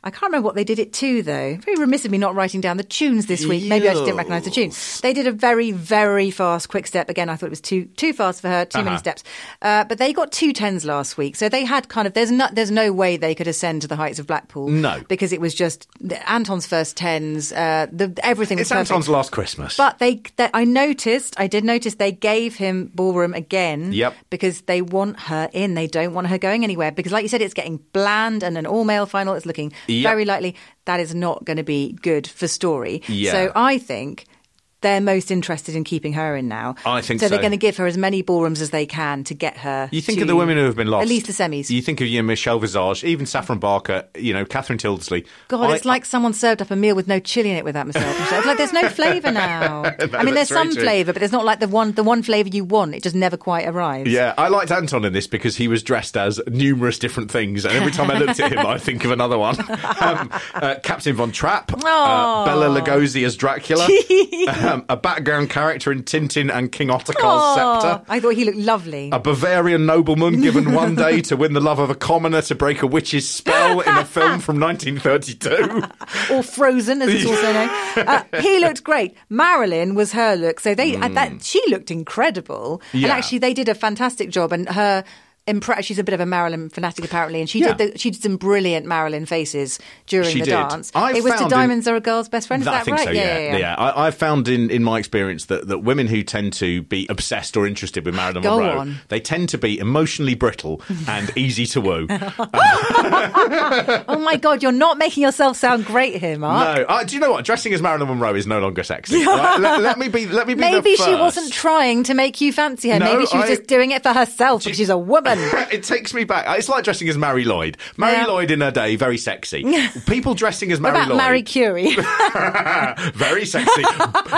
S2: I can't remember what they did it to, though. Very remiss of me not writing down the tunes this week. Maybe I just didn't recognise the tune. They did a very, very fast quick step. Again, I thought it was too too fast for her, too many
S11: Uh-huh.
S2: steps. Uh, but they got two tens last week, so they had kind of there's no there's no way they could ascend to the heights of Blackpool.
S6: No.
S2: because it was just Anton's first tens. Uh, the, everything was
S6: It's
S2: perfect.
S6: Anton's last Christmas.
S2: But they, they, I noticed, I did notice they gave him ballroom again.
S6: Yep.
S2: Because they want her in. They don't want her going anywhere. Because, like you said, it's getting bland and an all male final. It's looking
S11: Yep.
S2: very likely that is not going to be good for story.
S6: Yeah.
S2: So I think. They're most interested in keeping her in now.
S6: I think
S2: They're
S6: so.
S2: going to give her as many ballrooms as they can to get her.
S6: You think
S2: to
S6: of the women who have been lost.
S2: At least the semis.
S6: You think of you, know, Michelle Visage, even Saffron Barker, you know, Catherine Tildesley.
S2: God,
S6: I-
S2: it's like someone served up a meal with no chili in it without myself. It's like there's no flavour now. I mean, there's
S6: that's very
S2: some
S6: true.
S2: flavour, but there's not like the one the one flavour you want. It just never quite arrives.
S6: Yeah, I liked Anton in this because he was dressed as numerous different things, and every time I looked at him, I think of another one. Um, uh, Captain Von Trapp,
S2: Aw.
S6: uh, Bella Lugosi as Dracula, um, a background character in Tintin and King Otakar's
S2: Oh,
S6: scepter.
S2: I thought he looked lovely.
S6: A Bavarian nobleman given one day to win the love of a commoner to break a witch's spell in a film from 1932.
S2: or frozen, as it's also known. Uh, he looked great. Marilyn was her look. So they uh,
S6: Mm.
S2: that she looked incredible. And
S11: Yeah.
S2: actually, they did a fantastic job. And her. Impre- she's a bit of a Marilyn fanatic, apparently, and she
S11: Yeah.
S2: did the, she did some brilliant Marilyn faces during
S6: She
S2: the
S6: did.
S2: dance.
S6: I
S2: it was to
S6: found in-
S2: Diamonds Are a Girl's Best Friend. Is
S6: I
S2: that
S6: think
S2: right?
S6: so. Yeah, yeah. I, I've found in, in my experience that, that women who tend to be obsessed or interested with Marilyn
S2: Go
S6: Monroe,
S2: on.
S6: they tend to be emotionally brittle and easy to woo.
S2: oh my God, you're not making yourself sound great here, Mark.
S6: No, I, do you know what? Dressing as Marilyn Monroe is no longer sexy. Right? let, let me be. Let me be. the
S2: Maybe she
S6: first.
S2: wasn't trying to make you fancy her.
S6: No,
S2: Maybe she was
S6: I-
S2: just doing it for herself because she's a woman.
S6: it takes me back. It's like dressing as Mary Lloyd. Mary
S2: Yeah.
S6: Lloyd in her day, very sexy. People dressing as
S2: What
S6: Mary
S2: about
S6: Lloyd,
S2: Marie Curie?
S6: very sexy.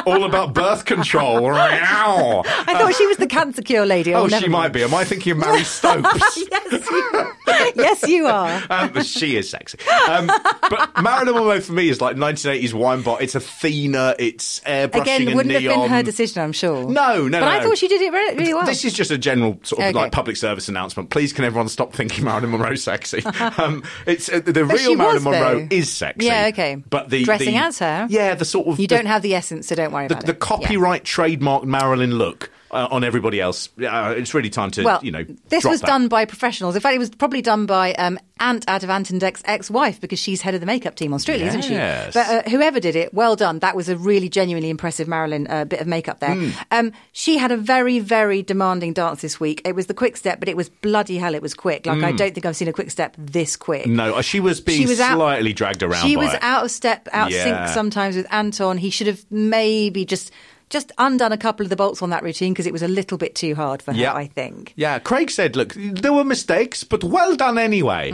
S6: All about birth control. Wow.
S2: I thought she was the cancer cure lady.
S6: Oh,
S2: never
S6: she might be. Am I thinking of Mary Stokes?
S2: yes, you- yes, you are.
S6: Um, but she is sexy. Um, but Marilyn Monroe for me is like 1980s wine bot. It's Athena. It's airbrushing
S2: Again,
S6: and
S2: wouldn't have
S6: neon.
S2: been her decision, I'm sure.
S6: No, no,
S2: But I
S6: no.
S2: thought she did it re- really well.
S6: This is just a general sort of
S2: Okay.
S6: like public service announcement. Please, can everyone stop thinking Marilyn Monroe sexy? um, it's uh, the
S2: But
S6: real
S2: she
S6: Marilyn
S2: was,
S6: Monroe
S2: though.
S6: is sexy.
S2: Yeah, okay.
S6: But the
S2: Dressing
S6: the-
S2: as her?
S6: yeah, the sort of
S2: You
S6: the-
S2: don't have the essence, so don't worry
S6: the,
S2: about
S6: the
S2: it.
S6: copyright trademark Marilyn look uh, on everybody else. Uh, it's really time to
S2: well,
S6: you know.
S2: this
S6: drop
S2: was
S6: that.
S2: done by professionals. In fact, it was probably done by um, Ant out of Ant and Deck's ex-wife because she's head of the makeup team on Strictly, isn't she?
S6: Yes.
S2: But uh, whoever did it, well done. That was a really genuinely impressive Marilyn uh, bit of makeup there.
S6: Hmm.
S2: Um, she had a very, very demanding dance this week. It was the quick step, but it was bloody hell. It was quick. Like I don't think I've seen a quick step this quick.
S6: Hmm. No, uh, she was being
S2: She was out-
S6: slightly dragged around.
S2: She
S6: by
S2: was
S6: it.
S2: out of step, out of
S6: Yeah.
S2: sync sometimes with Anton. He should have maybe just just undone a couple of the bolts on that routine because it was a little bit too hard for
S6: Yeah.
S2: her, I think.
S6: Yeah, Craig said, "Look, there were mistakes, but well done anyway." Why?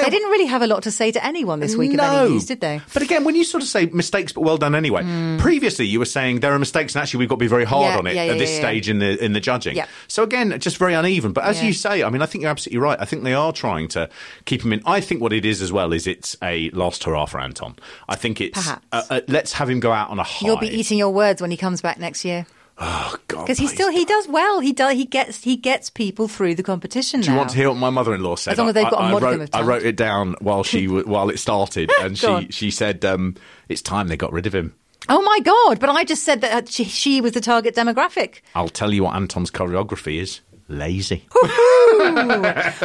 S2: Hmm. They didn't really have a lot to say to anyone this week of any news, did they? Hmm.
S6: But again, when you sort of say mistakes, but well done anyway. Previously, you were saying there are mistakes, and actually, we've got to be very hard
S2: Yeah,
S6: on it
S2: yeah, yeah,
S6: at this
S2: yeah, yeah.
S6: stage in the in the judging.
S2: Yeah.
S6: So again, just very uneven. But as
S2: Yeah.
S6: you say, I mean, I think you're absolutely right. I think they are trying to keep him in. I think what it is as well is it's a last hurrah for Anton. I think it's uh,
S2: Perhaps.
S6: uh, let's have him go out on a high.
S2: You'll be eating your words when he comes back next year.
S6: Oh God,
S2: Because he
S6: please
S2: still he does well. He does he gets he gets people through the competition
S6: Do you
S2: now.
S6: want to hear what my mother-in-law said?
S2: As long as they've
S6: I-
S2: got a
S6: I, I,
S2: modicum
S6: wrote,
S2: of
S6: I
S2: talent.
S6: wrote it down while she w- while it started, and
S2: Go
S6: she
S2: on.
S6: she said um, it's time they got rid of him.
S2: oh my god! But I just said that uh, she, she was the target demographic.
S6: I'll tell you what Anton's choreography is: lazy.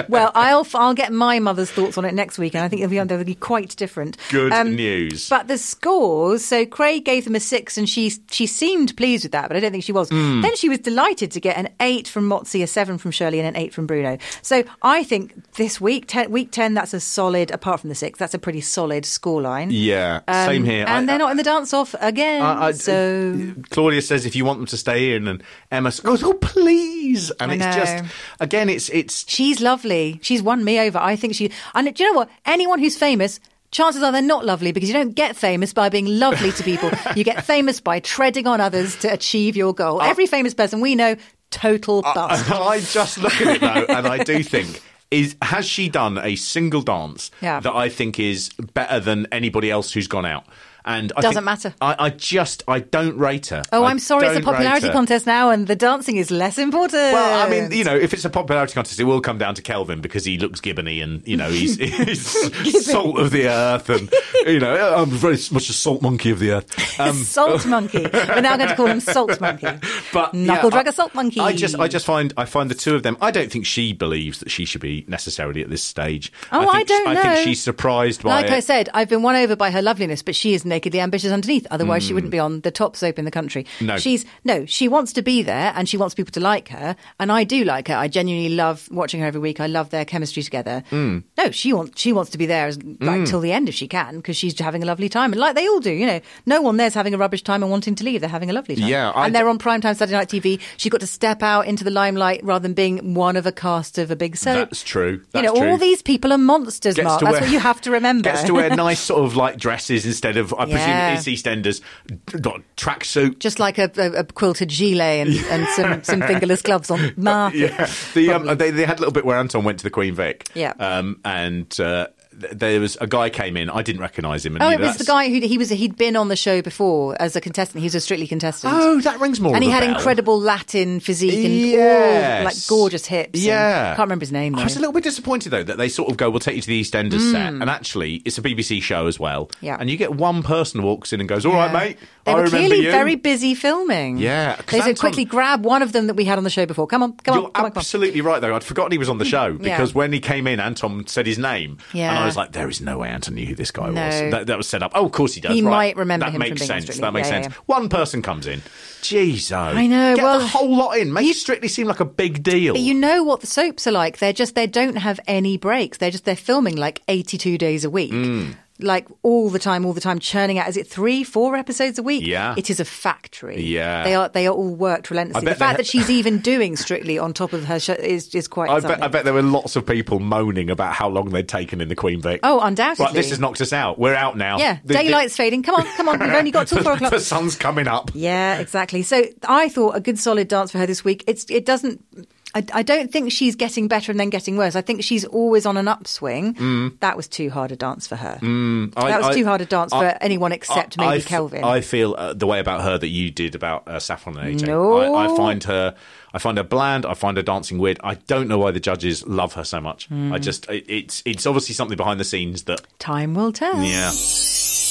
S2: Well, I'll I'll get my mother's thoughts on it next week, and I think they'll be, they'll be quite different. Um,
S6: Good news.
S2: But the scores. So Craig gave them a six, and she she seemed pleased with that, but I don't think she was.
S6: Hmm.
S2: Then she was delighted to get an eight from Motzi, a seven from Shirley, and an eight from Bruno. So I think this week, ten, week ten, that's a solid. Apart from the six, that's a pretty solid scoreline.
S6: yeah, same here.
S2: Um, And they're not in the dance off again.
S6: I- I-
S2: so
S6: Claudia says if you want them to stay in, and Emma goes, "Oh please!" And
S2: I
S6: it's
S2: know.
S6: just again, it's it's
S2: She's lovely. She's won me over. I think she. And do you know what? Anyone who's famous, chances are they're not lovely because you don't get famous by being lovely to people. you get famous by treading on others to achieve your goal. Every famous person we know, total bust.
S6: Uh, I just look at it though, and I do think. Is, has she done a single dance
S2: Yeah.
S6: that I think is better than anybody else who's gone out? And I
S2: Doesn't
S6: think-
S2: matter.
S6: I, I just I don't rate her.
S2: oh,
S6: I
S2: I'm sorry. It's a
S6: don't rate
S2: popularity
S6: her.
S2: contest now, and the dancing is less important.
S6: Well, I mean, you know, if it's a popularity contest, it will come down to Kelvin because he looks gibbony and you know he's, he's salt of the earth and you know I'm very much a salt monkey of the earth. um,
S2: salt monkey. We're now going to call him salt monkey.
S6: But yeah,
S2: knuckle drag
S6: I-
S2: a salt monkey.
S6: I just, I just find, I find the two of them. I don't think she believes that she should be necessarily at this stage.
S2: Oh, I
S6: think,
S2: don't
S6: I think
S2: know.
S6: she's surprised by
S2: Like
S6: it.
S2: I said, I've been won over by her loveliness, but she is nakedly ambitious underneath. Otherwise, she wouldn't be on the top soap in the country.
S6: Hmm. No.
S2: she's no. She wants to be there, and she wants people to like her. And I do like her. I genuinely love watching her every week. I love their chemistry together.
S6: Hmm.
S2: No, she wants she wants to be there as, like till the end if she can, because she's having a lovely time. And like they all do, you know, no one there's having a rubbish time and wanting to leave. They're having a lovely time.
S6: Yeah, I-
S2: and they're on primetime Saturday night TV. She's got to step out into the limelight rather than being one of a cast of a big soap.
S6: That's true. That's
S2: you know,
S6: true.
S2: all these people are monsters,
S6: Gets
S2: Mark.
S6: to
S2: That's
S6: wear-
S2: what you have to remember.
S6: Gets to wear nice sort of like dresses instead of, I
S2: Yeah.
S6: presume, it's EastEnders, not tracksuit.
S2: just like a, a, a quilted gilet and, and some, some fingerless gloves on Mark.
S6: yeah, the, um, they, they had a little bit where Anton went to the Queen Vic.
S2: Yeah.
S6: um, and uh, th- there was a guy came in. I didn't recognise him. And
S2: Oh,
S6: you
S2: it
S6: know,
S2: was the
S6: that's-
S2: guy who he was. He'd been on the show before as a contestant. He was a strictly contestant.
S6: Oh, that rings more.
S2: and
S6: of
S2: he
S6: a
S2: had
S6: bell.
S2: incredible Latin physique and all, like
S6: Yes.
S2: gorgeous hips. and-
S6: Yeah,
S2: can't remember his name. Though. Hmm.
S6: I was a little bit disappointed though that they sort of go, "We'll take you to the EastEnders set," and actually, it's a BBC show as well.
S2: Yeah.
S6: and you get one person walks in and goes, "All right, mate,
S2: They
S6: I
S2: were
S6: remember
S2: clearly
S6: you."
S2: very busy filming.
S6: Yeah, 'cause
S2: they said
S6: that's on-
S2: quickly grab one of them that we had on the show before. Come on, come
S6: You're
S2: on, come on, come on.
S6: absolutely right, though. I'd forgotten he was on the show because when he came in, Anton said his name, and I
S2: Yeah.
S6: was like, "There is no way Anton knew who this guy
S2: No.
S6: was." That, that was set up. Oh, of course he does.
S2: He
S6: right.
S2: might remember
S6: that
S2: him from
S6: makes
S2: being on
S6: sense.
S2: Strictly.
S6: That makes
S2: Yeah,
S6: sense.
S2: yeah,
S6: One person comes in. Jeez, oh,
S2: I know,
S6: Get
S2: well-
S6: the whole lot in. Make Strictly seem like a big deal.
S2: But you know what the soaps are like. They're just they don't have any breaks. They're just they're filming like eighty two days a week.
S6: Hmm.
S2: Like all the time, all the time, churning out. Is it three, four episodes a week?
S6: Yeah.
S2: it is a factory.
S6: Yeah.
S2: they are. They are all worked
S6: I
S2: relentlessly.
S6: bet
S2: The fact
S6: they-
S2: that she's even doing Strictly on top of her show is is quite.
S6: I
S2: something.
S6: bet, I bet there were lots of people moaning about how long they'd taken in the Queen Vic.
S2: Oh, undoubtedly.
S6: Right, this has knocked us out. We're out now.
S2: Yeah,
S6: The- the-
S2: daylight's fading. Come on, come on. We've only got till four o'clock.
S6: the sun's coming up.
S2: Yeah, exactly. So I thought a good solid dance for her this week. It's it doesn't. I, I don't think she's getting better and then getting worse. I think she's always on an upswing.
S6: Mm.
S2: That was too hard a dance for her.
S6: Mm, I-
S2: that was
S6: I-
S2: too hard a dance
S6: I-
S2: for anyone except
S6: I- I
S2: maybe
S6: f-
S2: Kelvin.
S6: I feel uh, the way about her that you did about uh, Saffron and AJ.
S2: No.
S6: I, I find her, I find her bland. I find her dancing weird. I don't know why the judges love her so much.
S2: Mm.
S6: I just, it, it's, it's obviously something behind the scenes that,
S2: Time will tell.
S6: yeah.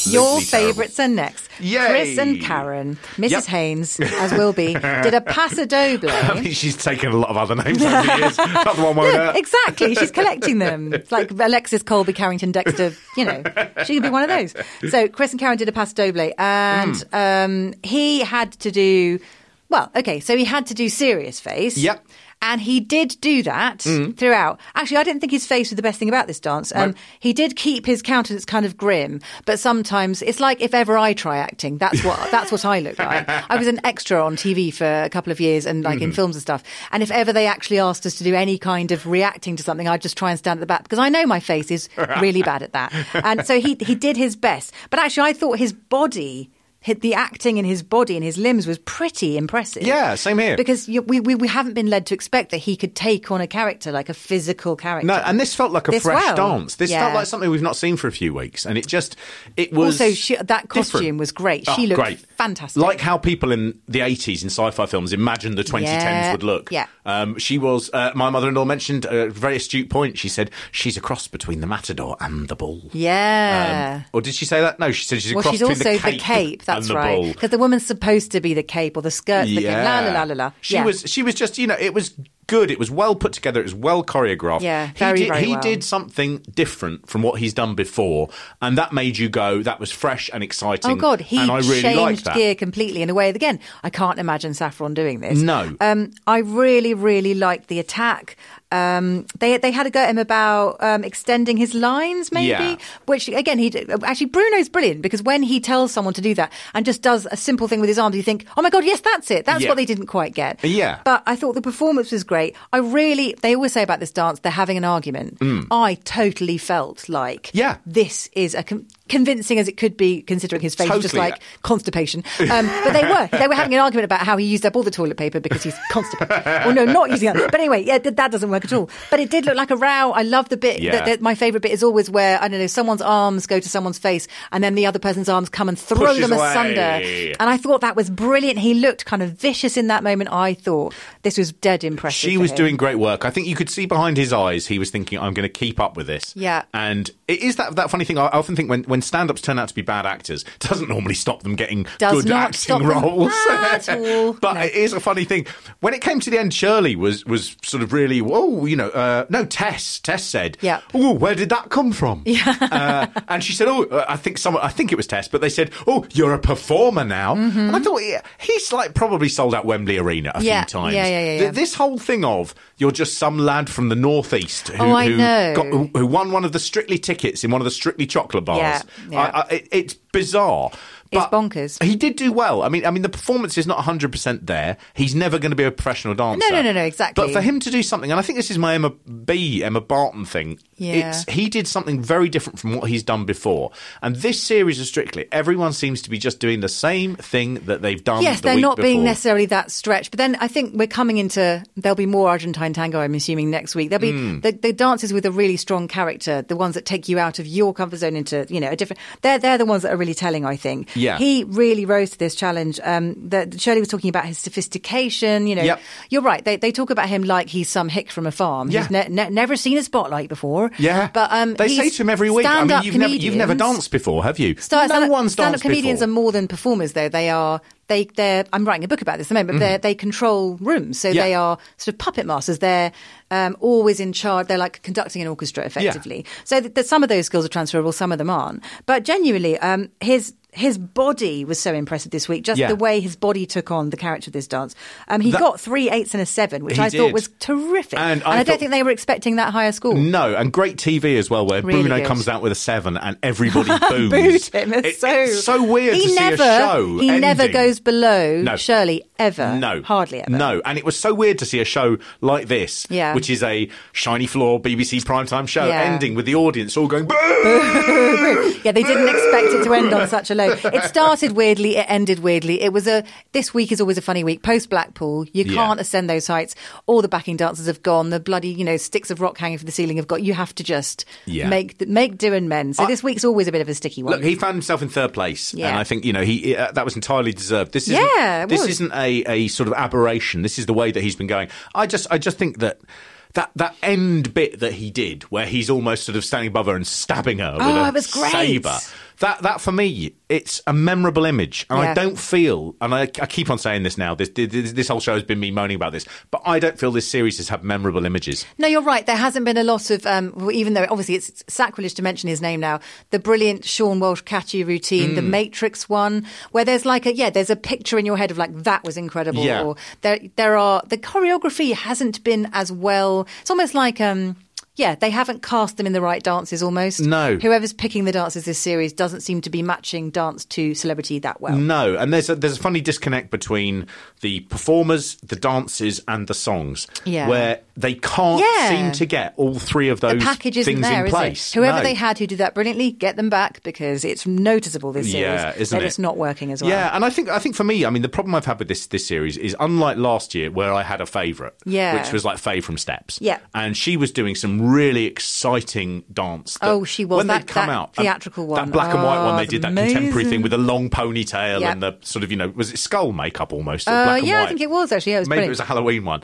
S2: Your
S6: Absolutely terrible.
S2: favourites are next.
S6: Yay.
S2: Chris and Karen, Mrs.
S6: Yep.
S2: Haynes, as will be, did a paso doble.
S6: I mean, she's taken a lot of other names over the years. Not the one won't
S2: Yeah,
S6: hurt.
S2: exactly. She's collecting them. It's like Alexis Colby, Carrington, Dexter, you know, she could be one of those. So Chris and Karen did a paso doble, and um, he had to do, well, okay, so he had to do serious face. Yep. And he did do that
S12: Mm.
S2: throughout. Actually, I didn't think his face was the best thing about this dance. Um,
S12: No.
S2: He did keep his countenance kind of grim, but sometimes it's like if ever I try acting, that's what that's what I look like. I was an extra on TV for a couple of years and like
S6: Mm-hmm.
S2: in
S12: Mhm.
S2: films and stuff. And if ever they actually asked us to do any kind of reacting to something, I'd just try and stand at the back because I know my face is really bad at that. And so he he did his best, but actually I thought his body. hi- The acting in his body and his limbs was pretty impressive.
S6: Yeah, same here.
S2: Because you, we, we, we haven't been led to expect that he could take on a character, like a physical character.
S6: No, and this felt like a
S2: This
S6: fresh
S2: well.
S6: dance. This felt
S2: Yeah.
S6: like something we've not seen for a few weeks, and it just it was
S2: also, she, that costume
S6: different.
S2: was great. She
S6: Oh,
S2: looked
S6: great.
S2: fantastic.
S6: Like how people in the 80s in sci-fi films imagined the 2010s
S2: Yeah,
S6: would look.
S2: yeah.
S6: Um, she was, uh, my mother-in-law mentioned a very astute point. She said, she's a cross between the matador and the bull.
S2: yeah.
S6: Um, or did she say that? No, she said she's a
S2: well,
S6: cross
S2: she's
S6: between
S2: also the
S6: the
S2: cape.
S6: cape,
S2: that's
S6: and the
S2: right.
S6: bull.
S2: Because the woman's supposed to be the cape or the skirt. The cape. La la la la la.
S6: She
S2: Yeah.
S6: was she was just you know it was good. It was well put together. It was well choreographed.
S2: Yeah,
S6: he
S2: very,
S6: did,
S2: very
S6: he
S2: well.
S6: did something different from what he's done before, and that made you go. That was fresh and exciting.
S2: Oh God, he
S6: and I really liked
S2: changed
S6: that.
S2: gear completely in a way. Again, I can't imagine Saffron doing this.
S6: No.
S2: um, I really, really liked the attack. Um, they they had a go at him about um, extending his lines, maybe.
S12: Yeah.
S2: Which again, he actually Bruno's brilliant because when he tells someone to do that and just does a simple thing with his arms, you think, oh my God, yes, that's it. That's
S12: Yeah.
S2: what they didn't quite get.
S12: Yeah.
S2: But I thought the performance was great. I really, they always say about this dance, they're having an argument.
S12: Mm.
S2: I totally felt like, yeah, this is a con- convincing as it could be, considering his face was just
S12: Totally.
S2: like constipation. Um, but they were they were having an argument about how he used up all the toilet paper because he's constipated. well, no, not using that. But anyway, yeah, th- that doesn't work at all. But it did look like a row. I love the bit.
S12: Yeah.
S2: That, that my favourite bit is always where I don't know someone's arms go to someone's face, and then the other person's arms come and throw
S12: Pushes
S2: them
S12: away.
S2: asunder. And I thought that was brilliant. He looked kind of vicious in that moment. I thought this was dead impressive.
S6: She
S2: for
S6: was
S2: him.
S6: doing great work. I think you could see behind his eyes he was thinking, "I'm going to keep up with this."
S2: Yeah.
S6: and it is that that funny thing. I often think when when stand ups turn out to be bad actors, it doesn't normally stop them getting
S2: Does
S6: good
S2: not
S6: acting
S2: stop them
S6: roles.
S2: at all.
S6: but it is a funny thing. When it came to the end, Shirley was was sort of really, "Whoa," you know. Uh, no, Tess. Tess said,
S2: Yeah.
S6: Oh, where did that come from? Yeah. uh, and she said, "Oh, uh, I think someone. I think it was Tess, but they said, "Oh, you're a performer now." And I thought yeah, he's like probably sold out Wembley Arena a
S2: Mm-hmm. Yeah,
S6: few times.
S2: yeah, yeah, yeah,
S6: Th-
S2: yeah.
S6: this whole thing of you're just some lad from the northeast who,
S2: Oh, I
S6: who
S2: know.
S6: got who, who won one of the Strictly tickets in one of the Strictly chocolate bars.
S2: Yeah, yeah.
S6: I, I, it, it's bizarre.
S2: It's bonkers.
S6: He did do well. I mean, I mean, the performance is not 100% there. He's never going to be a professional dancer.
S2: No, no, no, no, exactly.
S6: But for him to do something, and I think this is my Emma B, Emma Barton thing.
S2: Yeah.
S6: It's, he did something very different from what he's done before. And this series of Strictly, everyone seems to be just doing the same thing that they've done.
S2: yes,
S6: the
S2: they're
S6: week
S2: not being
S6: before.
S2: necessarily that stretched. But then I think we're coming into there'll be more Argentine tango. I'm assuming next week there'll be
S12: Mm.
S2: the, the dances with a really strong character, the ones that take you out of your comfort zone into you know a different. They're they're the ones that are really telling. I think.
S12: Yeah.
S2: He really rose to this challenge. Um, that Shirley was talking about his sophistication. You know,
S12: Yep.
S2: you're right. They they talk about him like he's some hick from a farm.
S12: Yeah.
S2: He's ne- ne- never seen a spotlight before.
S6: Yeah.
S2: But um,
S6: they say
S2: he's
S6: to him every week, I mean,
S2: stand-up
S6: you've never, you've never
S2: comedians-
S6: danced before, have you?
S2: Star,
S6: no
S2: stand-up,
S6: one's
S2: stand-up
S6: danced
S2: comedians
S6: before.
S2: are more than performers, though. They are they they're. I'm writing a book about this at the
S6: Mm-hmm.
S2: moment. But they're They control rooms, so
S12: Yeah.
S2: they are sort of puppet masters. They're um, always in charge. They're like conducting an orchestra effectively. So th- th- some of those skills are transferable, some of them aren't. But genuinely, um, his his body was so impressive this week. Just
S12: Yeah.
S2: the way his body took on the character of this dance. Um, he
S6: That-
S2: got three eights and a seven, which
S6: He
S2: I
S6: did.
S2: thought was terrific.
S6: And I
S2: I, don't
S6: thought-
S2: think they were expecting that higher score.
S6: No, and great TV as well, where
S2: Really
S6: Bruno
S2: good.
S6: comes out with a seven and everybody boos.
S2: Booed him. It's so
S6: it's so weird
S2: He
S6: to see a
S2: never
S6: show
S2: he never
S6: ending.
S2: goes below
S6: No.
S2: Shirley ever.
S6: No,
S2: hardly ever.
S6: No, and it was so weird to see a show like this,
S2: Yeah.
S6: which is a shiny floor BBC primetime show,
S2: Yeah.
S6: ending with the audience all going boo.
S2: yeah, they didn't expect it to end on such a low. It started weirdly, it ended weirdly. It was a this week is always a funny week. Post Blackpool, you
S6: Yeah.
S2: can't ascend those heights. All the backing dancers have gone. The bloody you know sticks of rock hanging from the ceiling have got. You have to just
S6: Yeah.
S2: make th- make do and mend. So this week's always a bit of a sticky one.
S6: Look, he found himself in third place, and
S2: Yeah.
S6: I think you know he uh, that was entirely deserved. This isn't,
S2: Yeah, it
S6: this
S2: was.
S6: isn't a, a sort of aberration. This is the way that he's been going. I just I just think that. That, that end bit that he did, where he's almost sort of standing above her and stabbing her with
S2: Oh,
S6: a
S2: it was great.
S6: saber, that that for me, it's a memorable image, and I
S2: Yeah.
S6: don't feel, and I, I keep on saying this now. This, this this whole show has been me moaning about this, but I don't feel this series has had memorable images.
S2: No, you're right. There hasn't been a lot of, um, well, even though obviously it's sacrilege to mention his name now, the brilliant Sean Walsh catchy routine,
S6: Hmm.
S2: the Matrix one, where there's like a, yeah, there's a picture in your head of like, that was incredible.
S6: Yeah.
S2: Or there, there are, the choreography hasn't been as well. It's almost like, um, yeah, they haven't cast them in the right dances almost.
S6: No.
S2: Whoever's picking the dances this series doesn't seem to be matching dance to celebrity that well.
S6: No, and there's a, there's a funny disconnect between the performers, the dances, and the songs.
S2: Yeah.
S6: where they can't
S2: Yeah.
S6: seem to get all three of
S2: The
S6: those
S2: package isn't
S6: things
S2: there,
S6: in
S2: is
S6: place.
S2: it? Whoever
S6: No.
S2: they had who did that brilliantly, get them back because it's noticeable this series.
S6: Yeah, isn't
S2: that
S6: it?
S2: it's not working as well.
S6: Yeah, and I think I think for me, I mean, the problem I've had with this this series is unlike last year where I had a favourite,
S2: Yeah.
S6: which was like Faye from Steps,
S2: Yeah.
S6: and she was doing some really exciting dance. that-
S2: Oh, she was.
S6: when
S2: That-
S6: they'd come
S2: that
S6: out um,
S2: theatrical one.
S6: that black and white one.
S2: Oh,
S6: They did that contemporary thing with the long ponytail and the sort of you know was it skull makeup almost? or
S2: Uh,
S6: black and
S2: yeah, I
S6: white?
S2: think it was, actually. Yeah, it was
S6: maybe
S2: brilliant.
S6: it was a Halloween one.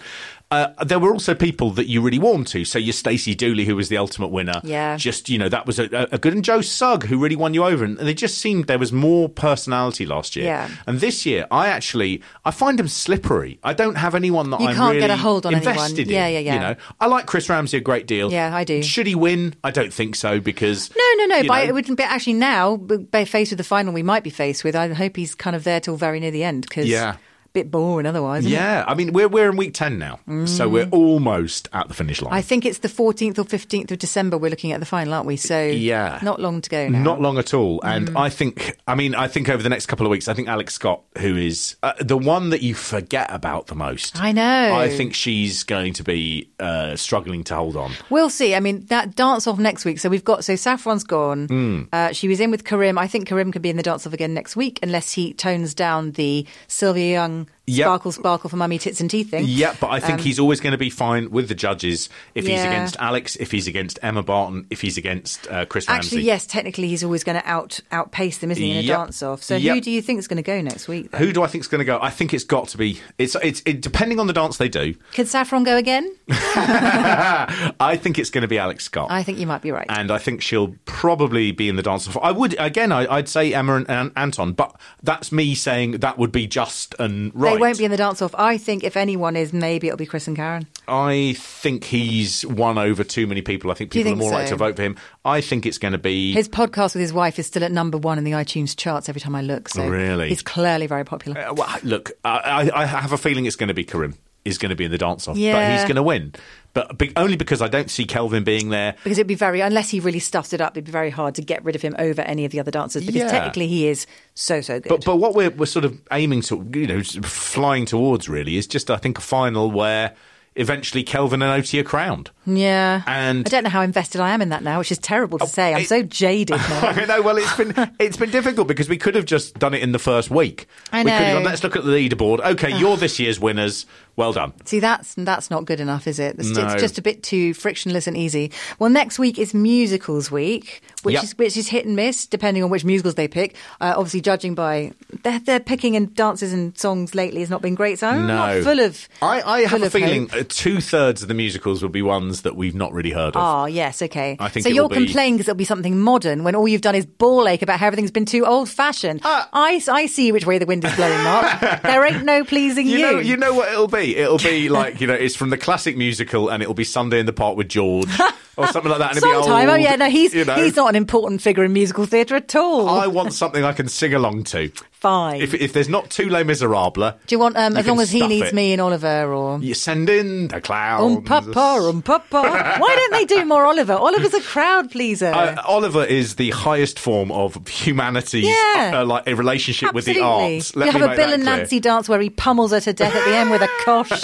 S6: Uh, there were also people that you really warmed to. So your Stacey Dooley, who was the ultimate winner.
S2: Yeah.
S6: Just, you know, that was a, a- a good. And Joe Sugg, who really won you over. And they just seemed there was more personality last year.
S2: Yeah.
S6: And this year, I actually, I find him slippery. I don't have anyone that
S2: You
S6: I'm
S2: can't
S6: really
S2: get a hold on anyone.
S6: invested in.
S2: Yeah, yeah, yeah.
S6: You know, I like Chris Ramsey a great deal.
S2: Yeah, I do.
S6: Should he win? I don't think so because...
S2: No, no, no.
S6: you
S2: But I-
S6: know,
S2: it wouldn't be actually now. b- Be faced with the final, we might be faced with. I hope he's kind of there till very near the end because
S6: Yeah.
S2: bit boring otherwise. isn't it?
S6: yeah, I mean, we're, we're in week 10 now, so we're almost at the finish line.
S2: Mm. I think it's the 14th or 15th of December we're looking at the final, aren't we? So
S6: Yeah.
S2: not long to go now.
S6: Not long at all. And
S2: Mm.
S6: I think, I mean, I think over the next couple of weeks, I think Alex Scott, who is uh, the one that you forget about the most.
S2: I know.
S6: I think she's going to be uh, struggling to hold on.
S2: We'll see. I mean, that dance off next week. So we've got so Saffron's gone.
S6: Hmm.
S2: Uh, she was in with Karim. I think Karim can be in the dance off again next week, unless he tones down the Sylvia Young
S6: Yep.
S2: sparkle sparkle for mummy tits and tea thing.
S6: Yeah, but I think he's always going to be fine with the judges if he's
S2: um, Yeah.
S6: against Alex, if he's against Emma Barton, if he's against uh, Chris Ramsey.
S2: Actually, yes, technically he's always going to out outpace them, isn't he, in a
S6: Yep.
S2: dance off? So who
S6: Yep.
S2: do you think is going to go next week? Then?
S6: Who do I think's going to go? I think it's got to be. It's it's it, depending on the dance they do.
S2: Could Saffron go again?
S6: I think it's going to be Alex Scott.
S2: I think you might be right.
S6: and I think she'll probably be in the dance. I would again, I, I'd say Emma and, and Anton, but that's me saying that would be just and right.
S2: They won't be in the dance off. I think if anyone is, maybe it'll be Chris and Karen.
S6: I think he's won over too many people. I think
S2: Do you
S6: people
S2: think
S6: are more likely
S2: so?
S6: to vote for him. I think it's going to be.
S2: His podcast with his wife is still at number one in the iTunes charts every time I look. So
S6: Really?
S2: he's clearly very popular.
S6: Uh, well, look, I, I, I have a feeling it's going to be Karim. Is going to be in the dance off, but
S2: Yeah.
S6: he's going to win. But be, only because I don't see Kelvin being there.
S2: because it'd be very unless he really stuffed it up, it'd be very hard to get rid of him over any of the other dancers because
S6: Yeah.
S2: technically he is so so good.
S6: But but what we're we're sort of aiming to you know sort of flying towards really is just I think a final where eventually Kelvin and Oti are crowned.
S2: yeah,
S6: And- Oh,
S2: I don't know how invested I am in that now, which is terrible to say. I'm
S6: it-
S2: so jaded now.
S6: I know. Well, it's been it's been difficult because we could have just done it in the first week.
S2: I
S6: We could have
S2: know. Ah.
S6: gone, Let's look at the leaderboard. Okay, you're this year's winners. Well done.
S2: See, that's that's not good enough, is it? It's,
S6: No.
S2: it's just a bit too frictionless and easy. Well, next week is musicals week, which
S6: Yep.
S2: is which is hit and miss depending on which musicals they pick. Uh, obviously, judging by their, their picking and dances and songs lately has not been great. So Oh, I'm not full of.
S6: I, I have
S2: full
S6: a
S2: of hope.
S6: feeling two thirds of the musicals will be ones that we've not really heard of.
S2: Ah, yes, okay.
S6: I think
S2: so
S6: it
S2: you're
S6: will be-
S2: complaining because it'll be something modern when all you've done is ball ache about how everything's been too old fashioned.
S6: Ah.
S2: I, I see which way the wind is blowing, Mark. there ain't no pleasing you.
S6: You know, you know what it'll be. It'll be like you know, it's from the classic musical, and it'll be Sunday in the Park with George or something like that. And it'll
S2: Sometime,
S6: be
S2: oh
S6: old,
S2: yeah, no, he's
S6: you know.
S2: he's not an important figure in musical theatre at all.
S6: I want something I can sing along to.
S2: Fine.
S6: If, if there's not too Les Miserables,
S2: Do you want um, as
S6: can
S2: long as he
S6: stuff
S2: needs
S6: it. Oh,
S2: me and Oliver or
S6: You send in the clowns.
S2: um papa um papa? Why don't they do more Oliver? Oliver's a crowd pleaser.
S6: Uh, Oliver is the highest form of humanity's
S2: Yeah.
S6: uh, like a relationship with the
S2: Absolutely.
S6: arts. Let me
S2: you have a
S6: make
S2: Bill
S6: that
S2: and
S6: clear.
S2: Nancy dance where he pummels her to death at the end with a kosh.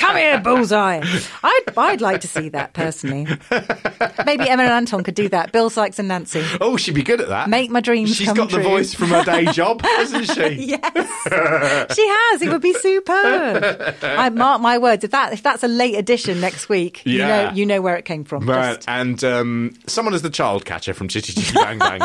S2: Come here, bullseye. I'd, I'd like to see that personally. Maybe Emma and Anton could do that. Bill Sykes and Nancy.
S6: Oh, she'd be good at that.
S2: Make my dreams
S6: She's
S2: come
S6: got
S2: true.
S6: the voice from her day job, hasn't she?
S2: yes, she has. It would be superb. I mark my words. If that if that's a late edition next week, you
S6: Yeah.
S2: know you know where it came from.
S6: Right,
S2: Just-
S6: and um, someone as the child catcher from Chitty Chitty Bang Bang.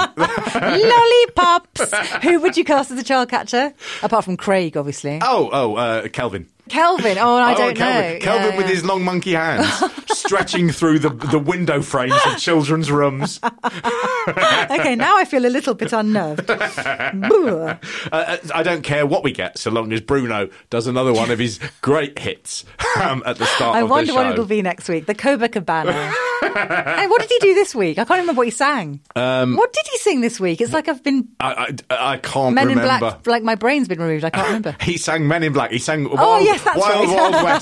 S2: Lollipops. Who would you cast as a child catcher? Apart from Craig, obviously.
S6: oh, oh, uh, Kelvin.
S2: Kelvin. Oh, I
S6: oh,
S2: don't
S6: Kelvin.
S2: know.
S6: Kelvin
S2: Yeah,
S6: with
S2: yeah.
S6: his long monkey hands stretching through the, the window frames of children's rooms.
S2: okay, now I feel a little bit unnerved. Boo.
S6: Uh, I don't care what we get, so long as Bruno does another one of his great hits um, at the start
S2: I
S6: of the
S2: wonder
S6: show.
S2: what it'll be next week. The Cobra Cabana. hey, what did he do this week? I can't remember what he sang.
S6: Um,
S2: what did he sing this week? It's like I've been
S6: I, I, I can't
S2: Men
S6: remember.
S2: in Black. Like my brain's been removed. I can't remember.
S6: He sang Men in Black. He sang Wild,
S2: Oh, yes, that's
S6: Wild, Wild
S2: right.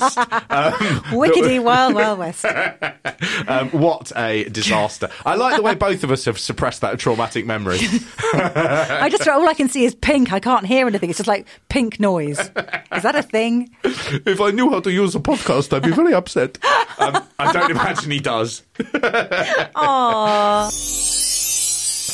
S6: West.
S2: Wickedy Wild Wild West.
S6: Um, what a disaster. I like the way both of us have suppressed that traumatic memory.
S2: I just all I can see is pink. I can't hear anything. It's just like pink noise. Is that a thing?
S6: if I knew how to use a podcast, I'd be very upset. Um, I don't imagine he does.
S2: Aww.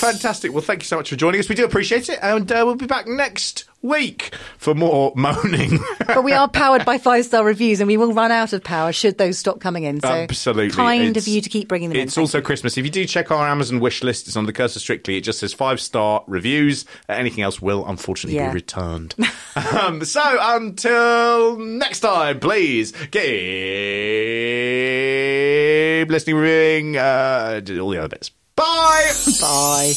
S6: Fantastic. Well, thank you so much for joining us. We do appreciate it. And uh, we'll be back next week for more moaning.
S2: But we are powered by five star reviews, and we will run out of power should those stop coming in. So
S6: Absolutely.
S2: kind
S6: It's-
S2: of you to keep bringing them in.
S6: It's also Christmas. If you do check our Amazon wish list, it's on the cursor strictly. It just says five star reviews. Uh, Anything else will unfortunately
S2: Yeah.
S6: be returned. um, so until next time, please keep listening, reviewing, uh, do all the other bits. Bye.
S2: Bye.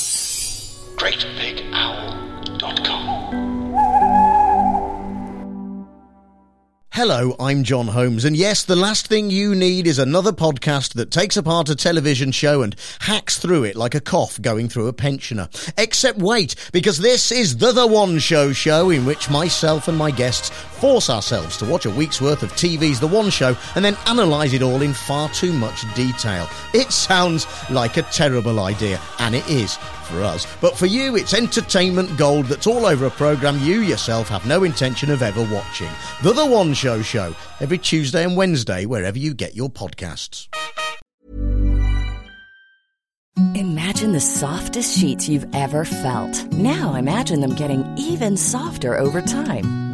S5: GreatBigOwl.com.
S10: Hello, I'm John Holmes, and yes, the last thing you need is another podcast that takes apart a television show and hacks through it like a cough going through a pensioner. Except wait, because this is the The One Show show in which myself and my guests force ourselves to watch a week's worth of TV's The One Show and then analyse it all in far too much detail. It sounds like a terrible idea, and it is for us. But for you, it's entertainment gold that's all over a programme you yourself have no intention of ever watching. The The One Show Show, every Tuesday and Wednesday, wherever you get your podcasts.
S9: Imagine the softest sheets you've ever felt. Now imagine them getting even softer over time.